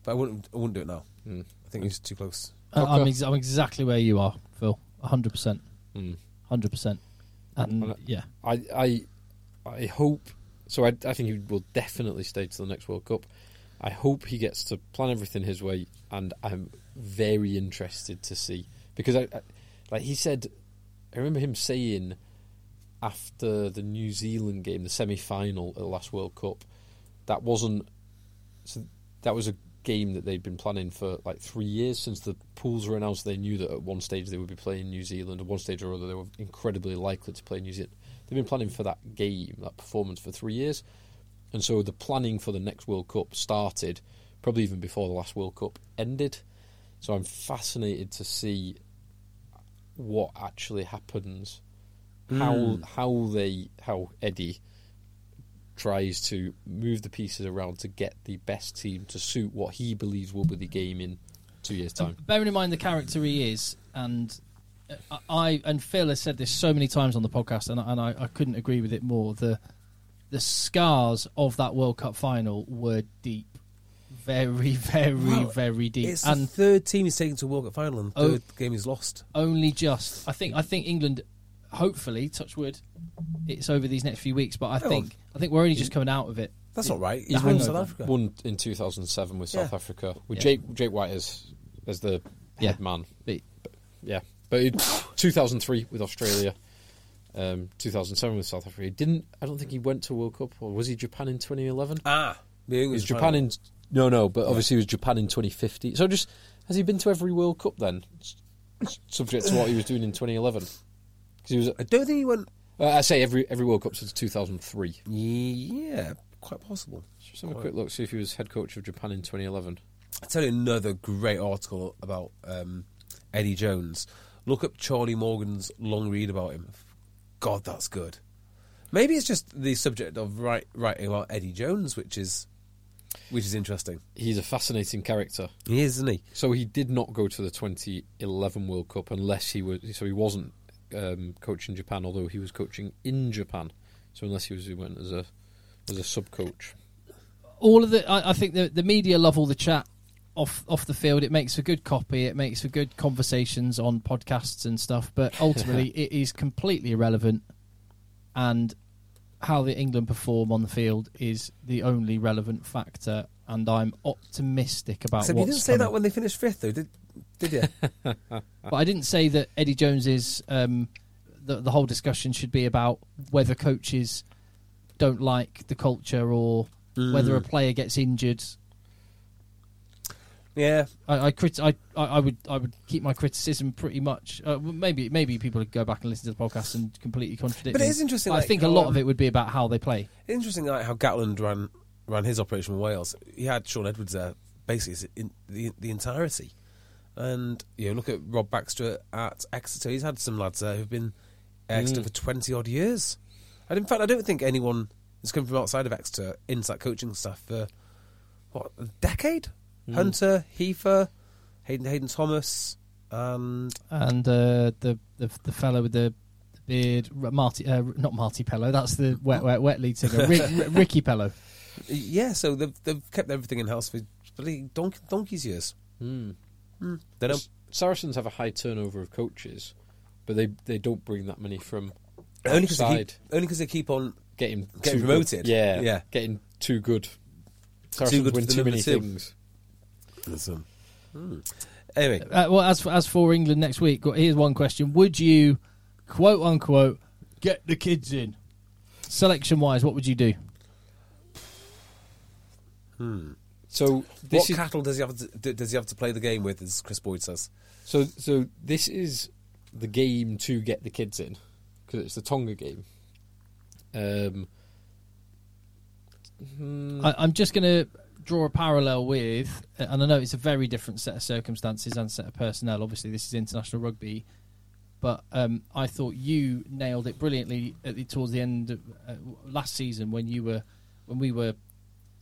but I wouldn't. I wouldn't do it now. I think he's too close.
Uh, I'm, ex- I'm exactly where you are, Phil. 100 percent, 100 percent, and yeah,
I I, I hope so. I, I think he will definitely stay to the next World Cup. I hope he gets to plan everything his way, and I'm very interested to see because I, I like he said. I remember him saying after the New Zealand game, the semi final at the last World Cup, that wasn't so that was a game that they'd been planning for like three years since the pools were announced. They knew that at one stage they would be playing New Zealand, at one stage or other they were incredibly likely to play New Zealand. They've been planning for that game, that performance for three years, and so the planning for the next World Cup started probably even before the last World Cup ended. So I'm fascinated to see what actually happens, how
Hmm.
how they how Eddie tries to move the pieces around to get the best team to suit what he believes will be the game in two years' time.
bearing in mind the character he is, and uh, I and Phil has said this so many times on the podcast, and, I- and I, I couldn't agree with it more. The the scars of that World Cup final were deep, very, very, very deep,
It's
and
the third team he's taken to a World Cup final, and the
Oh.
third game he's lost.
only just. I think I think England, hopefully, touch wood, it's over these next few weeks. But I think I think we're only just coming out of it.
That's not right.
He's
He's won
won
South
over.
Africa.
One in 2007 with South
Yeah.
Africa with
Um, Yeah.
Jake Jake White as as the
Yeah.
head man. But- yeah, but in 2003 with Australia, um, 2007 with South Africa. He didn't I don't think he went to World Cup or was he Japan in 2011?
Ah, the
It was
England's
Japan
final.
in no no, but obviously it was Japan in 2050. So just has he been to every World Cup then? S- Subject to what he was doing in 2011. Because he was.
I don't think he went.
Uh, I say every every World Cup since 2003.
Yeah, quite possible.
Just have a quick look, see if he was head coach of Japan in 2011.
I tell you another great article about um, Eddie Jones. Look up Charlie Morgan's long read about him. God, that's good. Maybe it's just the subject of write, writing about Eddie Jones, which is which is interesting.
He's a fascinating character.
He is, isn't he?
So he did not go to the 2011 World Cup unless he was. So he wasn't um, coaching Japan, although he was coaching in Japan. So unless he was, he went as a as a sub coach.
all of the I, I think the the media love all the chat off off the field it makes for good copy it makes for good conversations on podcasts and stuff but ultimately it is completely irrelevant and how the england perform on the field is the only relevant factor and i'm optimistic about
Except you
what's
didn't say that
coming.
when they finished fifth, though, did did you?
but i didn't say that eddie jones is um the, the whole discussion should be about whether coaches don't like the culture or whether
Mm.
a player gets injured
yeah,
I, I, crit- I, I I would I would keep my criticism pretty much. Uh, well, maybe maybe people would go back and listen to the podcast and completely contradict.
But it
me.
is interesting,
I
like,
think a
how,
lot
um,
of it would be about how they play.
interesting like, how Gatland ran ran his operation with Wales. He had Sean Edwards there basically his- in the the entirety, and you know look at Rob Baxter at Exeter. He's had some lads there who've been at Exeter for twenty odd years, and in fact, I don't think anyone has come from outside of Exeter into that coaching staff for what a decade. Hunter, Heifer, Hayden, Hayden Thomas, and
And uh, the, the the fellow with the beard, R- Marty, uh, not Marty Pello. That's the wet wet wet lead singer, Rick, R- Ricky Pello.
yeah, so they've they've kept everything in house for bloody donkey, donkey's years. Mm. They don't
Saracens have a high turnover of coaches, but they they don't bring that many from
only because they
outside.
keep, only 'cause they keep on.
Getting
Getting
too
promoted.
Good. Yeah,
Yeah.
Getting too good. Saracens
good for
win
the
too
number
many
two.
things.
Hmm. Anyway,
Uh, well, as for, as for England next week, well, here's one question: Would you, quote unquote, get the kids in? Selection wise, what would you do?
So
what
this is
cattle does he have to d- does he have to play the game with? As Chris Boyd says,
so so this is the game to get the kids in because it's the Tonga game. Um,
I, I'm just going to draw a parallel with, uh, and I know it's a very different set of circumstances and set of personnel. Obviously, this is international rugby, but um, I thought you nailed it brilliantly at the, towards the end of uh, last season when you were when we were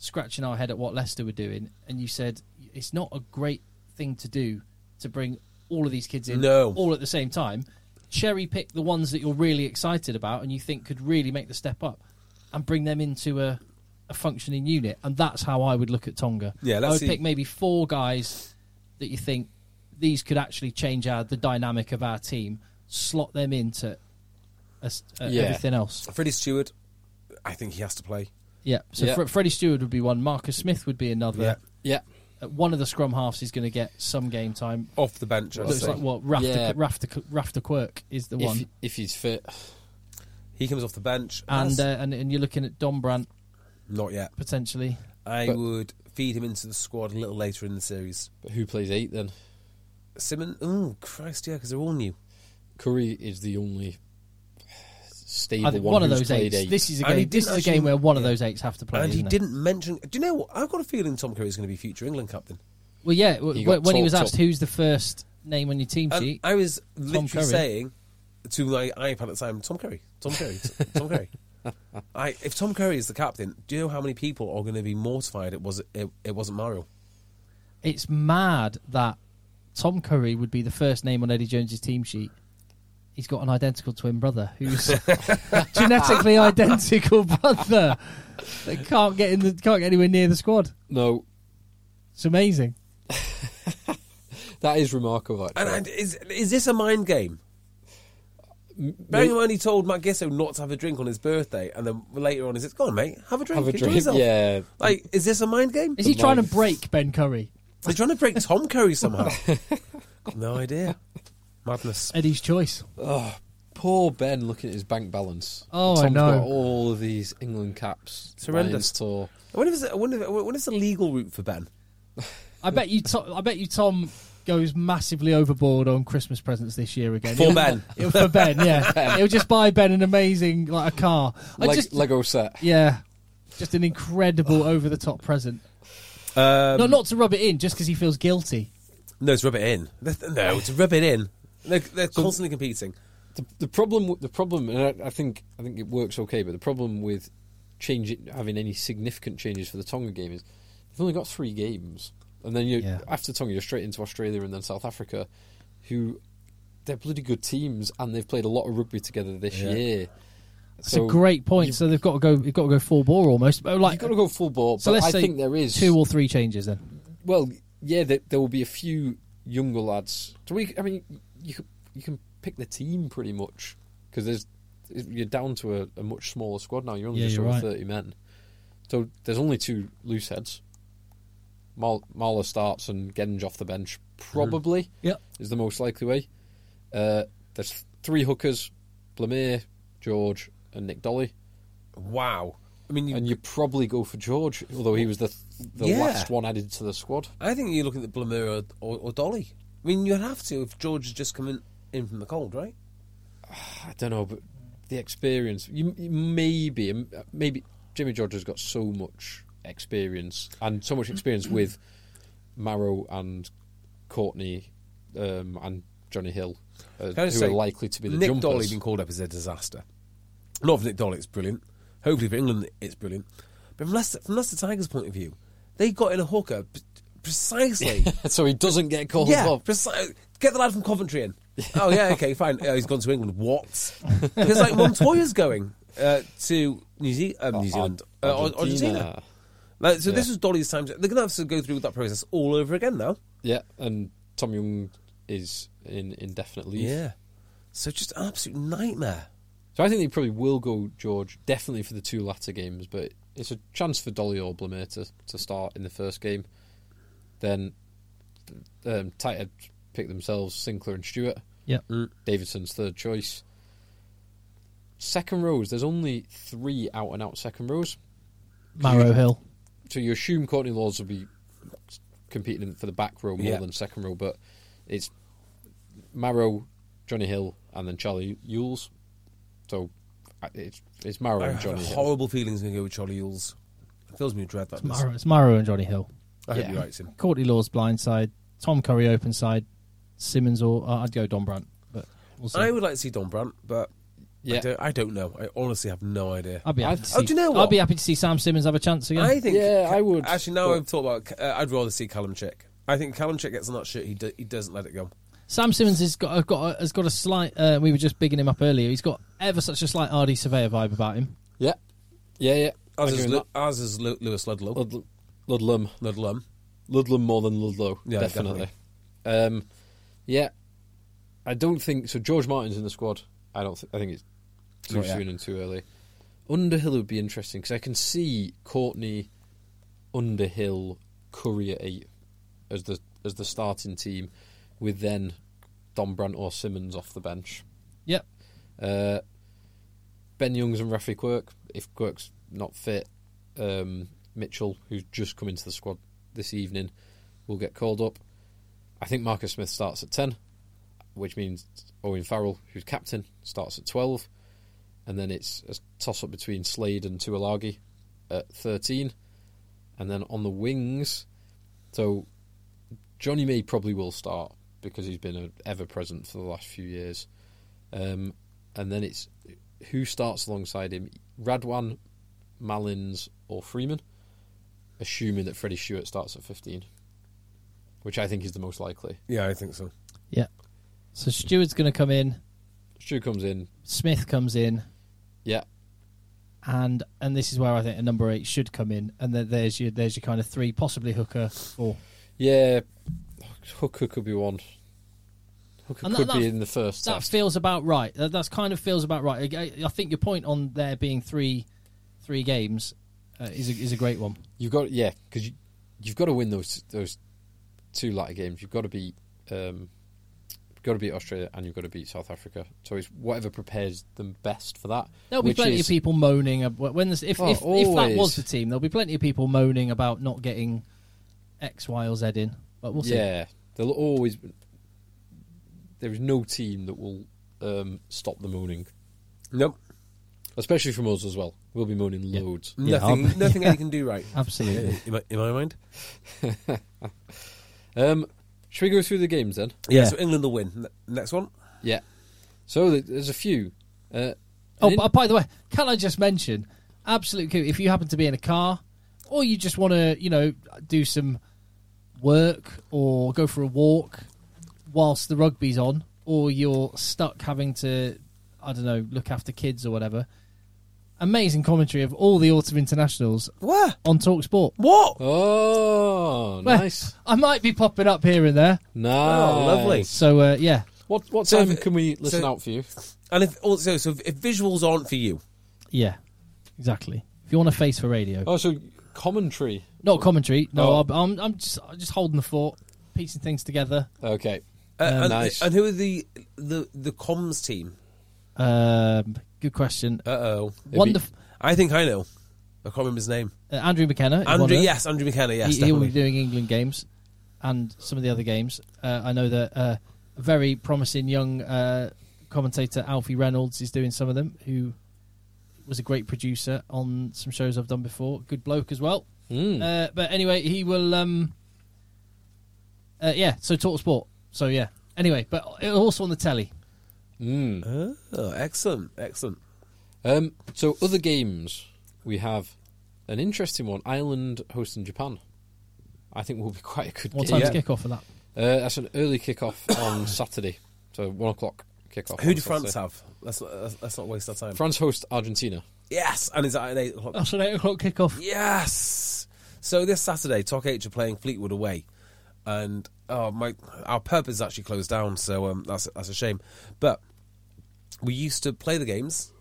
scratching our head at what Leicester were doing, and you said it's not a great thing to do to bring all of these kids in
No.
all at the same time. Cherry pick the ones that you're really excited about and you think could really make the step up, and bring them into a, a functioning unit. And that's how I would look at Tonga.
Yeah,
I
let's
would
see.
pick maybe four guys that you think these could actually change our the dynamic of our team. Slot them into a s- uh,
Yeah.
everything else.
Freddie Stewart, I think he has to play.
Yeah. So
Yeah.
Fre- Freddie Stewart would be one. Marcus Smith would be another.
Yeah.
yeah,
Uh, One of the scrum halves is going to get some game time.
Off the bench, I'd
Looks
say.
like what Rafter
Yeah.
Rafter Rafter Quirk is the one,
if if he's fit,
he comes off the bench,
and uh,
That's-
and and you're looking at Don Brandt
not yet.
potentially.
I
but-
would feed him into the squad a little later in the series.
but who plays eight then?
Simon, oh Christ, yeah, because they're all new.
Curry is the only stable
I think
one,
one of
who's
those
played
eights.
eight.
This is a
And he
game. This is
didn't
a
actually-
game where one of
yeah.
those eights have to play.
and he
isn't it?
didn't mention. Do you know? what? I've got a feeling Tom Curry is going to be future England captain.
Well, yeah. w-
He
when
got
when he was
talked
asked
up.
who's the first name on your team
And
sheet,
I was literally
Curry.
saying to my iPad at the time, Tom Curry, Tom Curry, T- Tom Curry. I, if Tom Curry is the captain, do you know how many people are going to be mortified it was it, it wasn't Mario?
it's mad that Tom Curry would be the first name on Eddie Jones's team sheet. He's got an identical twin brother who's genetically identical brother that can't get in the can't get anywhere near the squad.
no,
It's amazing.
that is remarkable. Actually.
And, and is is this a mind game? Bearing in mind he told Matt Gisso not to have a drink on his birthday, and then later on he says, "Go on, mate, have a drink,
Have a
enjoy
drink,
yourself."
yeah.
Like, is this a mind game?
Is he trying to
life.
break Ben Curry?
They're trying to break Tom Curry somehow. Got no idea. Madness.
Eddie's choice.
Poor Ben looking at his bank balance.
Oh,
Tom's
I know.
got all of these England caps.
It's horrendous.
Lions tour.
I wonder if it's- I wonder if- I wonder if it's a legal route for Ben.
I bet you. To- I bet you. Tom goes massively overboard on Christmas presents this year again.
For
It'll-
Ben.
It'll- for Ben, yeah. It'll just buy Ben an amazing like a car. I
Leg-
just
Lego set.
yeah, just an incredible over the top present.
Um,
No, not to rub it in, just because he feels guilty.
no, it's rub it in. No, it's rub it in. They're, they're constantly competing.
The, the problem, w- the problem, and I, I think I think it works okay. But the problem with changing, having any significant changes for the Tonga game is they've only got three games, and then you
Yeah.
after Tonga you're straight into Australia and then South Africa, who they're bloody good teams and they've played a lot of rugby together this year.
It's a great point. so they've got to go. They've got to go full bore almost. But like,
You've got to go full ball,
so
but
let's
I
say
think there is
two or three changes then.
Well, yeah, there, there will be a few younger lads. So we, I mean, you c- you can pick the team pretty much because there's you're down to a, a much smaller squad now. You're only
Yeah,
just
you're
over
right.
thirty men, so there's only two loose heads. Mar- Marla starts and Genge off the bench probably
Yep.
is the most likely way. Uh, there's three hookers: Blamire, George, and Nick Dolly,
Wow. I mean, you,
and you probably go for George, although he was the th- the
Yeah.
last one added to the squad.
I think you're looking at Blamir or, or, or Dolly. I mean, you'd have to if George has just come in, in from the cold, right?
I don't know, but the experience. You, you maybe maybe Jimmy George has got so much experience and so much experience with Marrow and Courtney um, and Johnny Hill, uh,
Can I
who
just
are
say,
likely to be the
Nick
jumpers.
Dolly being called up is a disaster. Not for Nick Dolly, it's brilliant. Hopefully for England, it's brilliant. But from Leicester, from Leicester Tigers' point of view, they got in a hooker p- precisely.
so he doesn't get called
yeah,
up.
precisely. Get the lad from Coventry in. Oh yeah, okay, fine. Oh, he's gone to England. What? Because like Montoya's going uh, to New, Ze- um, New Zealand, uh, Ar- Argentina. Like, so this
Yeah.
was Dolly's time. They're going to have to go through that process all over again now.
Yeah, and Tom Young is in indefinite leave.
Yeah. So just an absolute nightmare.
So I think they probably will go George definitely for the two latter games, but it's a chance for Dolly or Blamer to, to start in the first game. Then um, tight head pick themselves Sinclair and Stewart.
Yep.
Davidson's third choice. Second rows, there's only three out and out second rows.
Marrow Hill.
So you assume Courtney Laws will be competing for the back row more
Yeah.
than second row, but it's Marrow, Johnny Hill, and then Charlie Yules. So I- it's it's Marrow
I
and
have a
Johnny Hill.
horrible feelings going to go with Charlie Yules. It fills me with dread that this.
Marrow, it's Marrow and Johnny Hill.
I hope
Yeah.
he writes him.
Courtney Law's blind side. Tom Curry open side. Simmons or uh, I'd go Don Brandt, but we'll see.
I would like to see Don Brandt, but I,
Yeah.
don't, I don't know. I honestly have no idea.
I'd be happy
I'd-
to
Oh,
see,
do you know
I'd
what?
be happy to see Sam Simmons have a chance again.
I think.
Yeah, I would,
Actually, now
but-
I've talked about. Uh, I'd rather see Callum Chick. I think Callum Chick gets on that shit. He do, he doesn't let it go.
Sam Simmons has got, uh, got a, has got a slight. Uh, we were just bigging him up earlier. He's got ever such a slight RD Surveyor vibe about him.
Yeah, yeah, yeah. I
As
agree
is,
with
Lu- as is Lu- Lewis Ludlow.
that. Ludl- Ludlum,
Ludlum.
Ludlum more than Ludlow,
Yeah,
definitely. Um, yeah, I don't think so. George Martin's in the squad. I don't. Th- I think it's too
Not yet.
soon and too early. Underhill would be interesting because I can see Courtney, Underhill, Curry at eight as the as the starting team, with then Don Brandt or Simmons off the bench.
Yep.
Uh, ben Youngs and Rafi Quirk, if Quirk's not fit, um, Mitchell, who's just come into the squad this evening, will get called up. I think Marcus Smith starts at 10, which means Owen Farrell, who's captain, starts at 12. And then it's a toss up between Slade and Tuolagi at 13. And then on the wings, so Johnny May probably will start because he's been ever present for the last few years. Um, and then it's who starts alongside him Radwan, Malins, or Freeman, assuming that Freddie Stewart starts at 15, which I think is the most likely.
Yeah, I think so.
Yeah. So Stewart's going to come in.
Stewart comes in,
Smith comes in,
yeah,
and and this is where I think a number eight should come in. And then there's your there's your kind of three, possibly hooker four.
yeah, Hooker could be one. Hooker
And that-
could be
that-
in the first
That
test.
feels about right. That that's kind of feels about right. I, I think your point on there being three three games uh, is a, is a great one.
You've got yeah, because you, you've got to win those those two latter games. You've got to beat um, got to beat Australia and you've got to beat South Africa. So it's whatever prepares them best for that.
There'll be
which
plenty
is-
of people moaning ab- when this, if
Oh,
if, if that was
always.
the team, there'll be plenty of people moaning about not getting X, Y, or Z in. But we'll see.
Yeah, They'll always. There is no team that will um, stop the mooning,
Nope.
especially from us as well. We'll be mooning loads.
Nothing.
I'll-
nothing Eddie can do right. Uh,
Absolutely.
In my, in my mind.
Um, should we go through the games then?
Yeah.
So England will win. Ne- Next one.
Yeah. So th- there's a few. Uh,
Oh,
in-
but by the way, can I just mention, absolute coup, if you happen to be in a car or you just want to, you know, do some work or go for a walk whilst the rugby's on, or you're stuck having to, I don't know, look after kids or whatever. Amazing commentary of all the autumn internationals
What?
on Talk Sport.
What?
oh, nice,
I might be popping up here and there.
nice,
Oh, lovely.
So, uh, yeah.
What what
So
time
if-
can we listen
so-
out for you?
And if also, so if visuals aren't for you,
Yeah. Exactly. If you want a face for radio.
Oh, so commentary.
Not commentary. No,
Oh.
I'm- I'm, I'm just I'm just holding the fort, piecing things together.
Okay.
uh, and,
nice.
and who are the the the comms team?
Um, good question.
Uh oh.
Wonderful.
I think I know. I can't remember his name.
Uh, Andrew McKenna. is one
Andrew.
of them.
Yes, Andrew McKenna. Yes,
he, will be
definitely.
doing England games and some of the other games. Uh, I know that uh, a very promising young uh, commentator Alfie Reynolds is doing some of them. Who was a great producer on some shows I've done before. Good bloke as well.
Hmm.
Uh, but anyway, he will. Um, uh, yeah. So talk sport. So yeah. Anyway, but also on the telly.
Oh, excellent, excellent.
Um, so other games we have an interesting one: Ireland hosting Japan. I think will be quite a good
What
game.
time's kick kickoff for that?
Uh, that's an early kickoff on Saturday, so one o'clock kickoff.
Who
on
do France
Saturday.
have? Let's not, let's- let's not waste our time.
France host Argentina.
yes, and is that at eight o'clock?
Oh.
That's an eight o'clock kickoff.
Yes. So this Saturday, Talk H are playing Fleetwood away, and oh my, our pub is actually closed down, so um, that's that's a shame. But we used to play the games,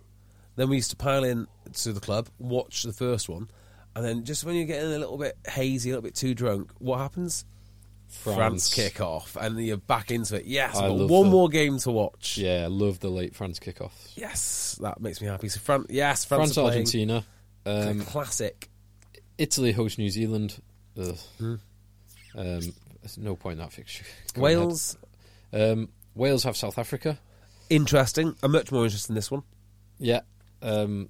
then we used to pile in to the club, watch the first one, and then just when you're getting a little bit hazy, a little bit too drunk, what happens? France, kick off, and you're back into it. Yes,
I
I've got
love
one
the-
more game to watch.
Yeah, I love the late France kickoffs.
Yes, that makes me happy. So France, yes, France,
France,
are playing.
Argentina.
It's a
Um,
classic.
Italy hosts New Zealand. Ugh.
Hmm.
Um, there's no point in that fixture. Go ahead.
Wales,
Um, Wales have South Africa.
interesting. I'm much more interested in this one.
Yeah. Um,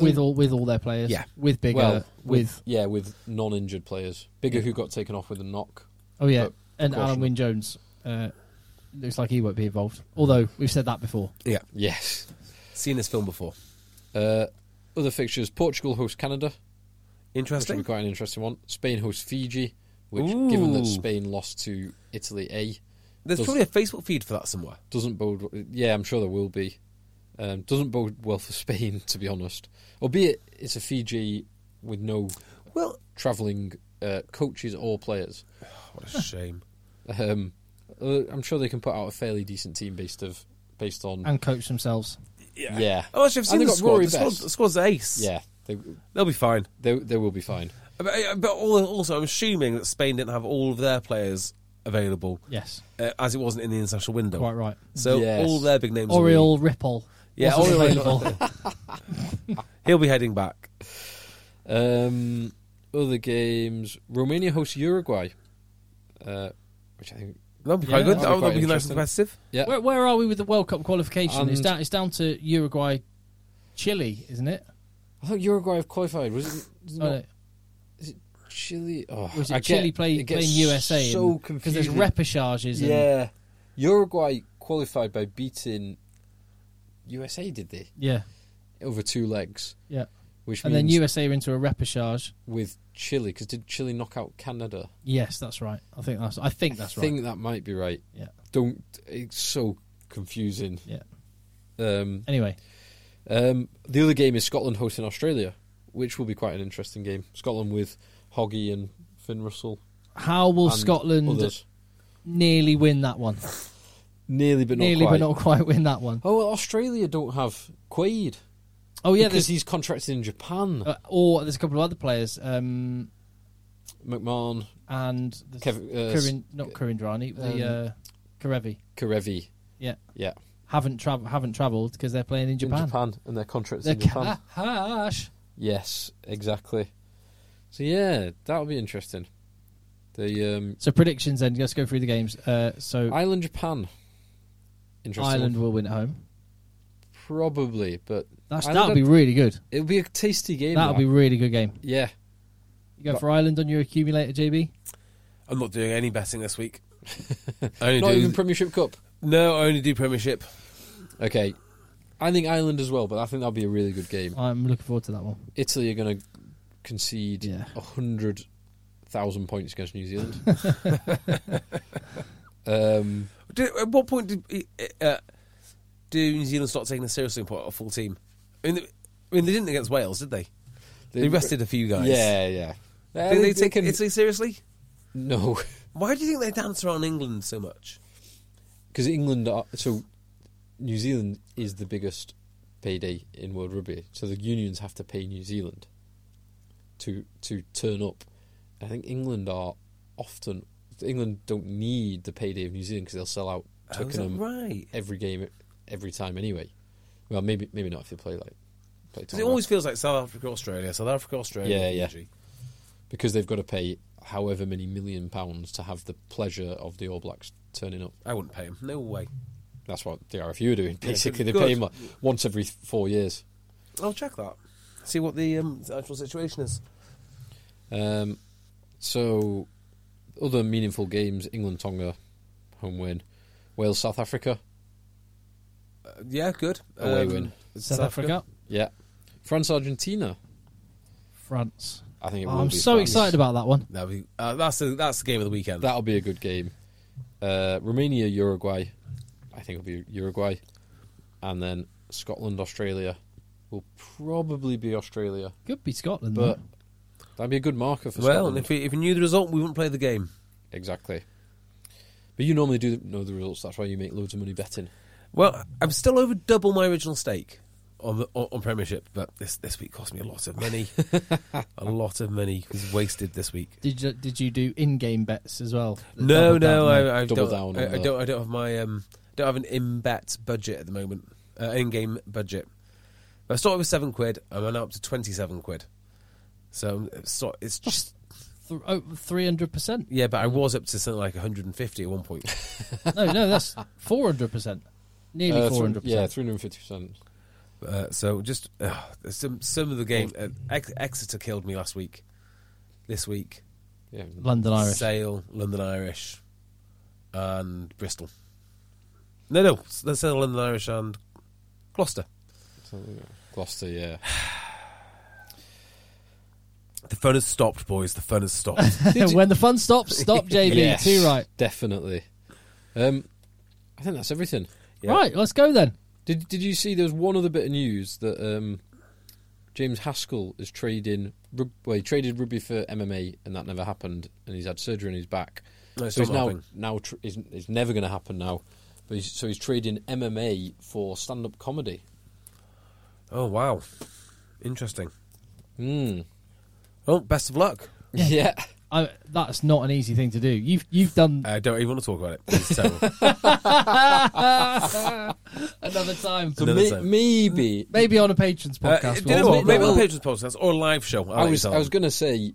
with all with all their players.
Yeah.
with bigger
well,
with,
yeah, with non-injured players. Bigger who got taken off with a knock.
oh yeah,
but
and Alan
caution.
Wynne Jones. Uh, looks like he won't be involved. Although we've said that before.
Yeah,
Yes.
seen this film before.
Uh, other fixtures: Portugal hosts Canada, which will be
Interesting.
quite an interesting one. Spain hosts Fiji, which, given that
Ooh.
Spain lost to Italy, a
There's
does-
probably a Facebook feed for that somewhere.
doesn't bode. Yeah, I'm sure there will be. Um, doesn't bode well for Spain, to be honest. Albeit it's a Fiji with no
Well,
travelling uh, coaches or players.
what a shame.
Um, uh, I'm sure they can put out a fairly decent team based of based on
And coach themselves.
yeah.
Oh, actually, I've seen
and they
the
got
squad.
Rory
The, squad.
Best.
the squad's ace.
Yeah, they,
they'll be fine.
they they will be fine.
But, but al- also, I'm assuming that Spain didn't have all of their players available,
Yes,
uh, as it wasn't in the international window.
quite right.
So
Yes.
all their big names. will be-
Oriol Ripoll.
Yeah,
wasn't
Oriol-
available.
He'll be heading back.
Um, other games: Romania hosts Uruguay, uh, which I think
That'll be
Yeah,
quite
that'll
good.
be
That'll,
quite
that'll be nice and
interesting.
competitive.
yeah.
where, where are we with the World Cup qualification? it's
And-
down. It's down to Uruguay, Chile, isn't it?
I thought Uruguay have qualified. Was it, was it
Oh,
not
no.
Chile? Oh,
Or is it
I
Chile
get,
play,
it gets
playing USA?
So
because there's
confusing.
repêchages. and-
yeah, Uruguay qualified by beating USA. Did they
yeah,
over two legs?
yeah.
Which
And
means
then USA are into a repêchage.
with Chile because did Chile knock out Canada?
Yes, that's right. I think that's. I think that's
I
right.
think that might be right.
Yeah,
Don't. It's so confusing.
yeah.
Um,
Anyway,
Um, the other game is Scotland hosting Australia, which will be quite an interesting game. Scotland with Hoggy and Finn Russell.
how will
and
Scotland
others.
nearly win that one?
nearly but not
nearly,
quite.
but not quite win that one.
Oh, well, Australia don't have Quaid
Oh yeah,
because
there's
he's contracted in Japan.
uh, or there's a couple of other players, um,
McMahon,
and there's
Kev- uh,
Kurin, not Kurindrani, the
um,
uh, Karevi.
Karevi,
Yeah,
yeah,
haven't travel haven't travelled because they're playing in Japan.
in Japan, and their contracts
They're
in Japan.
cash.
Yes, exactly. So yeah, that'll be interesting. They um,
So predictions then. Let's go through the games. Uh, so
Ireland, Japan. Interesting.
Ireland
one.
will win at home.
probably, but
That's,
Ireland-
that'll be really good.
It'll be a tasty game.
That'll
that.
be really good game.
yeah.
You go for Ireland on your accumulator, JB.
I'm not doing any betting this week. I only
Not
do,
even Premiership Cup.
no, I only do Premiership.
Okay, I think Ireland as well, but I think that'll be a really good
Oh.
game.
I'm looking forward to that one.
Italy are going to concede
Yeah.
a hundred thousand points against New Zealand. um,
Do, at what point did uh, do New Zealand start taking us seriously and put a full team? I mean, I mean, they didn't against Wales, did they? They, rested a few guys.
Yeah, yeah. Uh,
Do they,
they- they
take
can-
Italy seriously?
No,
Why do you think they dance around England so much?
because England are so. New Zealand is the biggest payday in world rugby, so the unions have to pay New Zealand to to turn up. I think England are often England don't need the payday of New Zealand because they'll sell out
Oh, is that
Twickenham
right?
every game every time anyway. Well, maybe maybe not if they play like play
'Cause it always feels like South Africa, Australia, South Africa, Australia.
Yeah, yeah.
usually.
because they've got to pay however many million pounds to have the pleasure of the All Blacks turning up.
I wouldn't pay them. No way.
That's what the RFU are doing. Basically, they
good.
pay him like once every four years.
I'll check that. See what the, um, the actual situation is.
Um, so, other meaningful games: England, Tonga, home win; Wales, South Africa,
Uh, yeah, good. Um,
Away win.
South, Africa,
yeah; France, Argentina.
France.
I think it
Oh,
will
I'm
be
so
France.
excited about that one.
That'd be, uh, that's the that's the game of the weekend.
That'll be a good game. Uh, Romania, Uruguay. I think it'll be Uruguay, and then Scotland, Australia. Will probably be Australia,
Could be Scotland.
but
though.
that'd be a good marker for
well, and
Scotland.
if we, if we knew the result, we wouldn't play the game.
Exactly. But you normally do know the results. That's why you make loads of money betting.
Well, I'm still over double my original stake on the on, on Premiership, but this this week cost me a lot of money. a lot of money was wasted this week.
did you did you do in-game bets as well? Double
No,
down,
no,
mate.
I, I
Double
don't.
down
I,
on
I
that.
don't. I don't have my um. Don't have an in bet budget at the moment. Uh, in game budget. I started with seven quid. I'm now up to twenty seven quid. So it's, sort- it's just
Th- oh, 300%.
yeah, but I was up to something like 150 at one point.
no, no, that's 400%. Nearly
Uh,
400%.
three- yeah, 350%.
Uh, so just uh, some some of the game. Uh, Ex- Exeter killed me last week. This week,
Yeah.
London Irish.
Sale, London Irish, and Bristol. No, no, let's say London Irish and Gloucester.
Gloucester, yeah.
The fun has stopped, boys. The fun has stopped.
when the fun stops, stop, JB.
Yes,
Too right.
Definitely. Um, I think that's everything.
Right, let's go then.
Did Did you see there was one other bit of news that um, James Haskell is trading, rug- well, he traded rugby for MMA and that never happened and he's had surgery on his back.
No, it's
so he's
not
now,
happening.
now tr- it's, it's never going to happen now. But he's, so he's trading MMA for stand up comedy.
oh wow, interesting.
Hmm.
Well, best of luck.
Yeah.
I, that's not an easy thing to do. You've you've done
I don't even want to talk about it. It's terrible.
another time.
Another
May-
time.
maybe
Maybe on a patrons
Uh,
podcast.
do you know
we'll-
what? Maybe
well-
on Patrons podcast or a live show.
I was I was going to say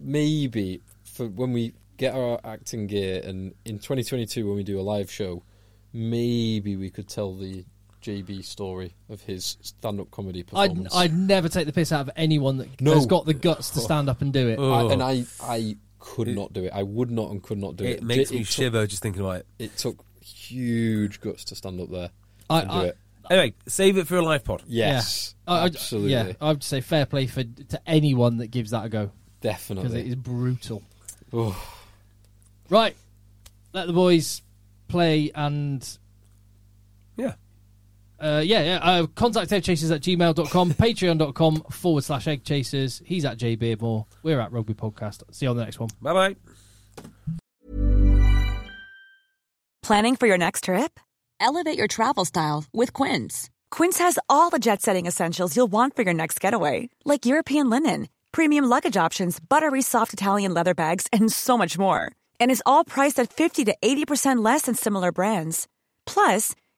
maybe for when we get our acting gear and in 2022 when we do a live show, maybe we could tell the JB story of his stand-up comedy
I'd,
performance.
I'd never take the piss out of anyone that
No.
has got the guts to stand up and do
Oh.
it.
I- and I I could not do it. I would not and could not do it.
It makes
J-
me
took-
shiver just thinking about it.
It took huge guts to stand up there
I-
and do
I-
it.
Anyway, save it for a live pod.
Yes,
Yeah. I- I'd-
absolutely,
yeah, I would say fair play for to anyone that gives that a go because it
definitely.
is brutal.
Oof.
Right, let the boys play and
Yeah.
Uh, yeah, yeah. Uh, contact eggchasers at gmail.com, patreon.com forward slash eggchasers. He's at J Beardmore. We're at Rugby Podcast. See you on the next one.
Bye bye.
Planning for your next trip?
Elevate your travel style with Quince.
Quince has all the jet setting essentials you'll want for your next getaway, like European linen, premium luggage options, buttery soft Italian leather bags, and so much more. And is all priced at 50 to 80% less than similar brands. Plus,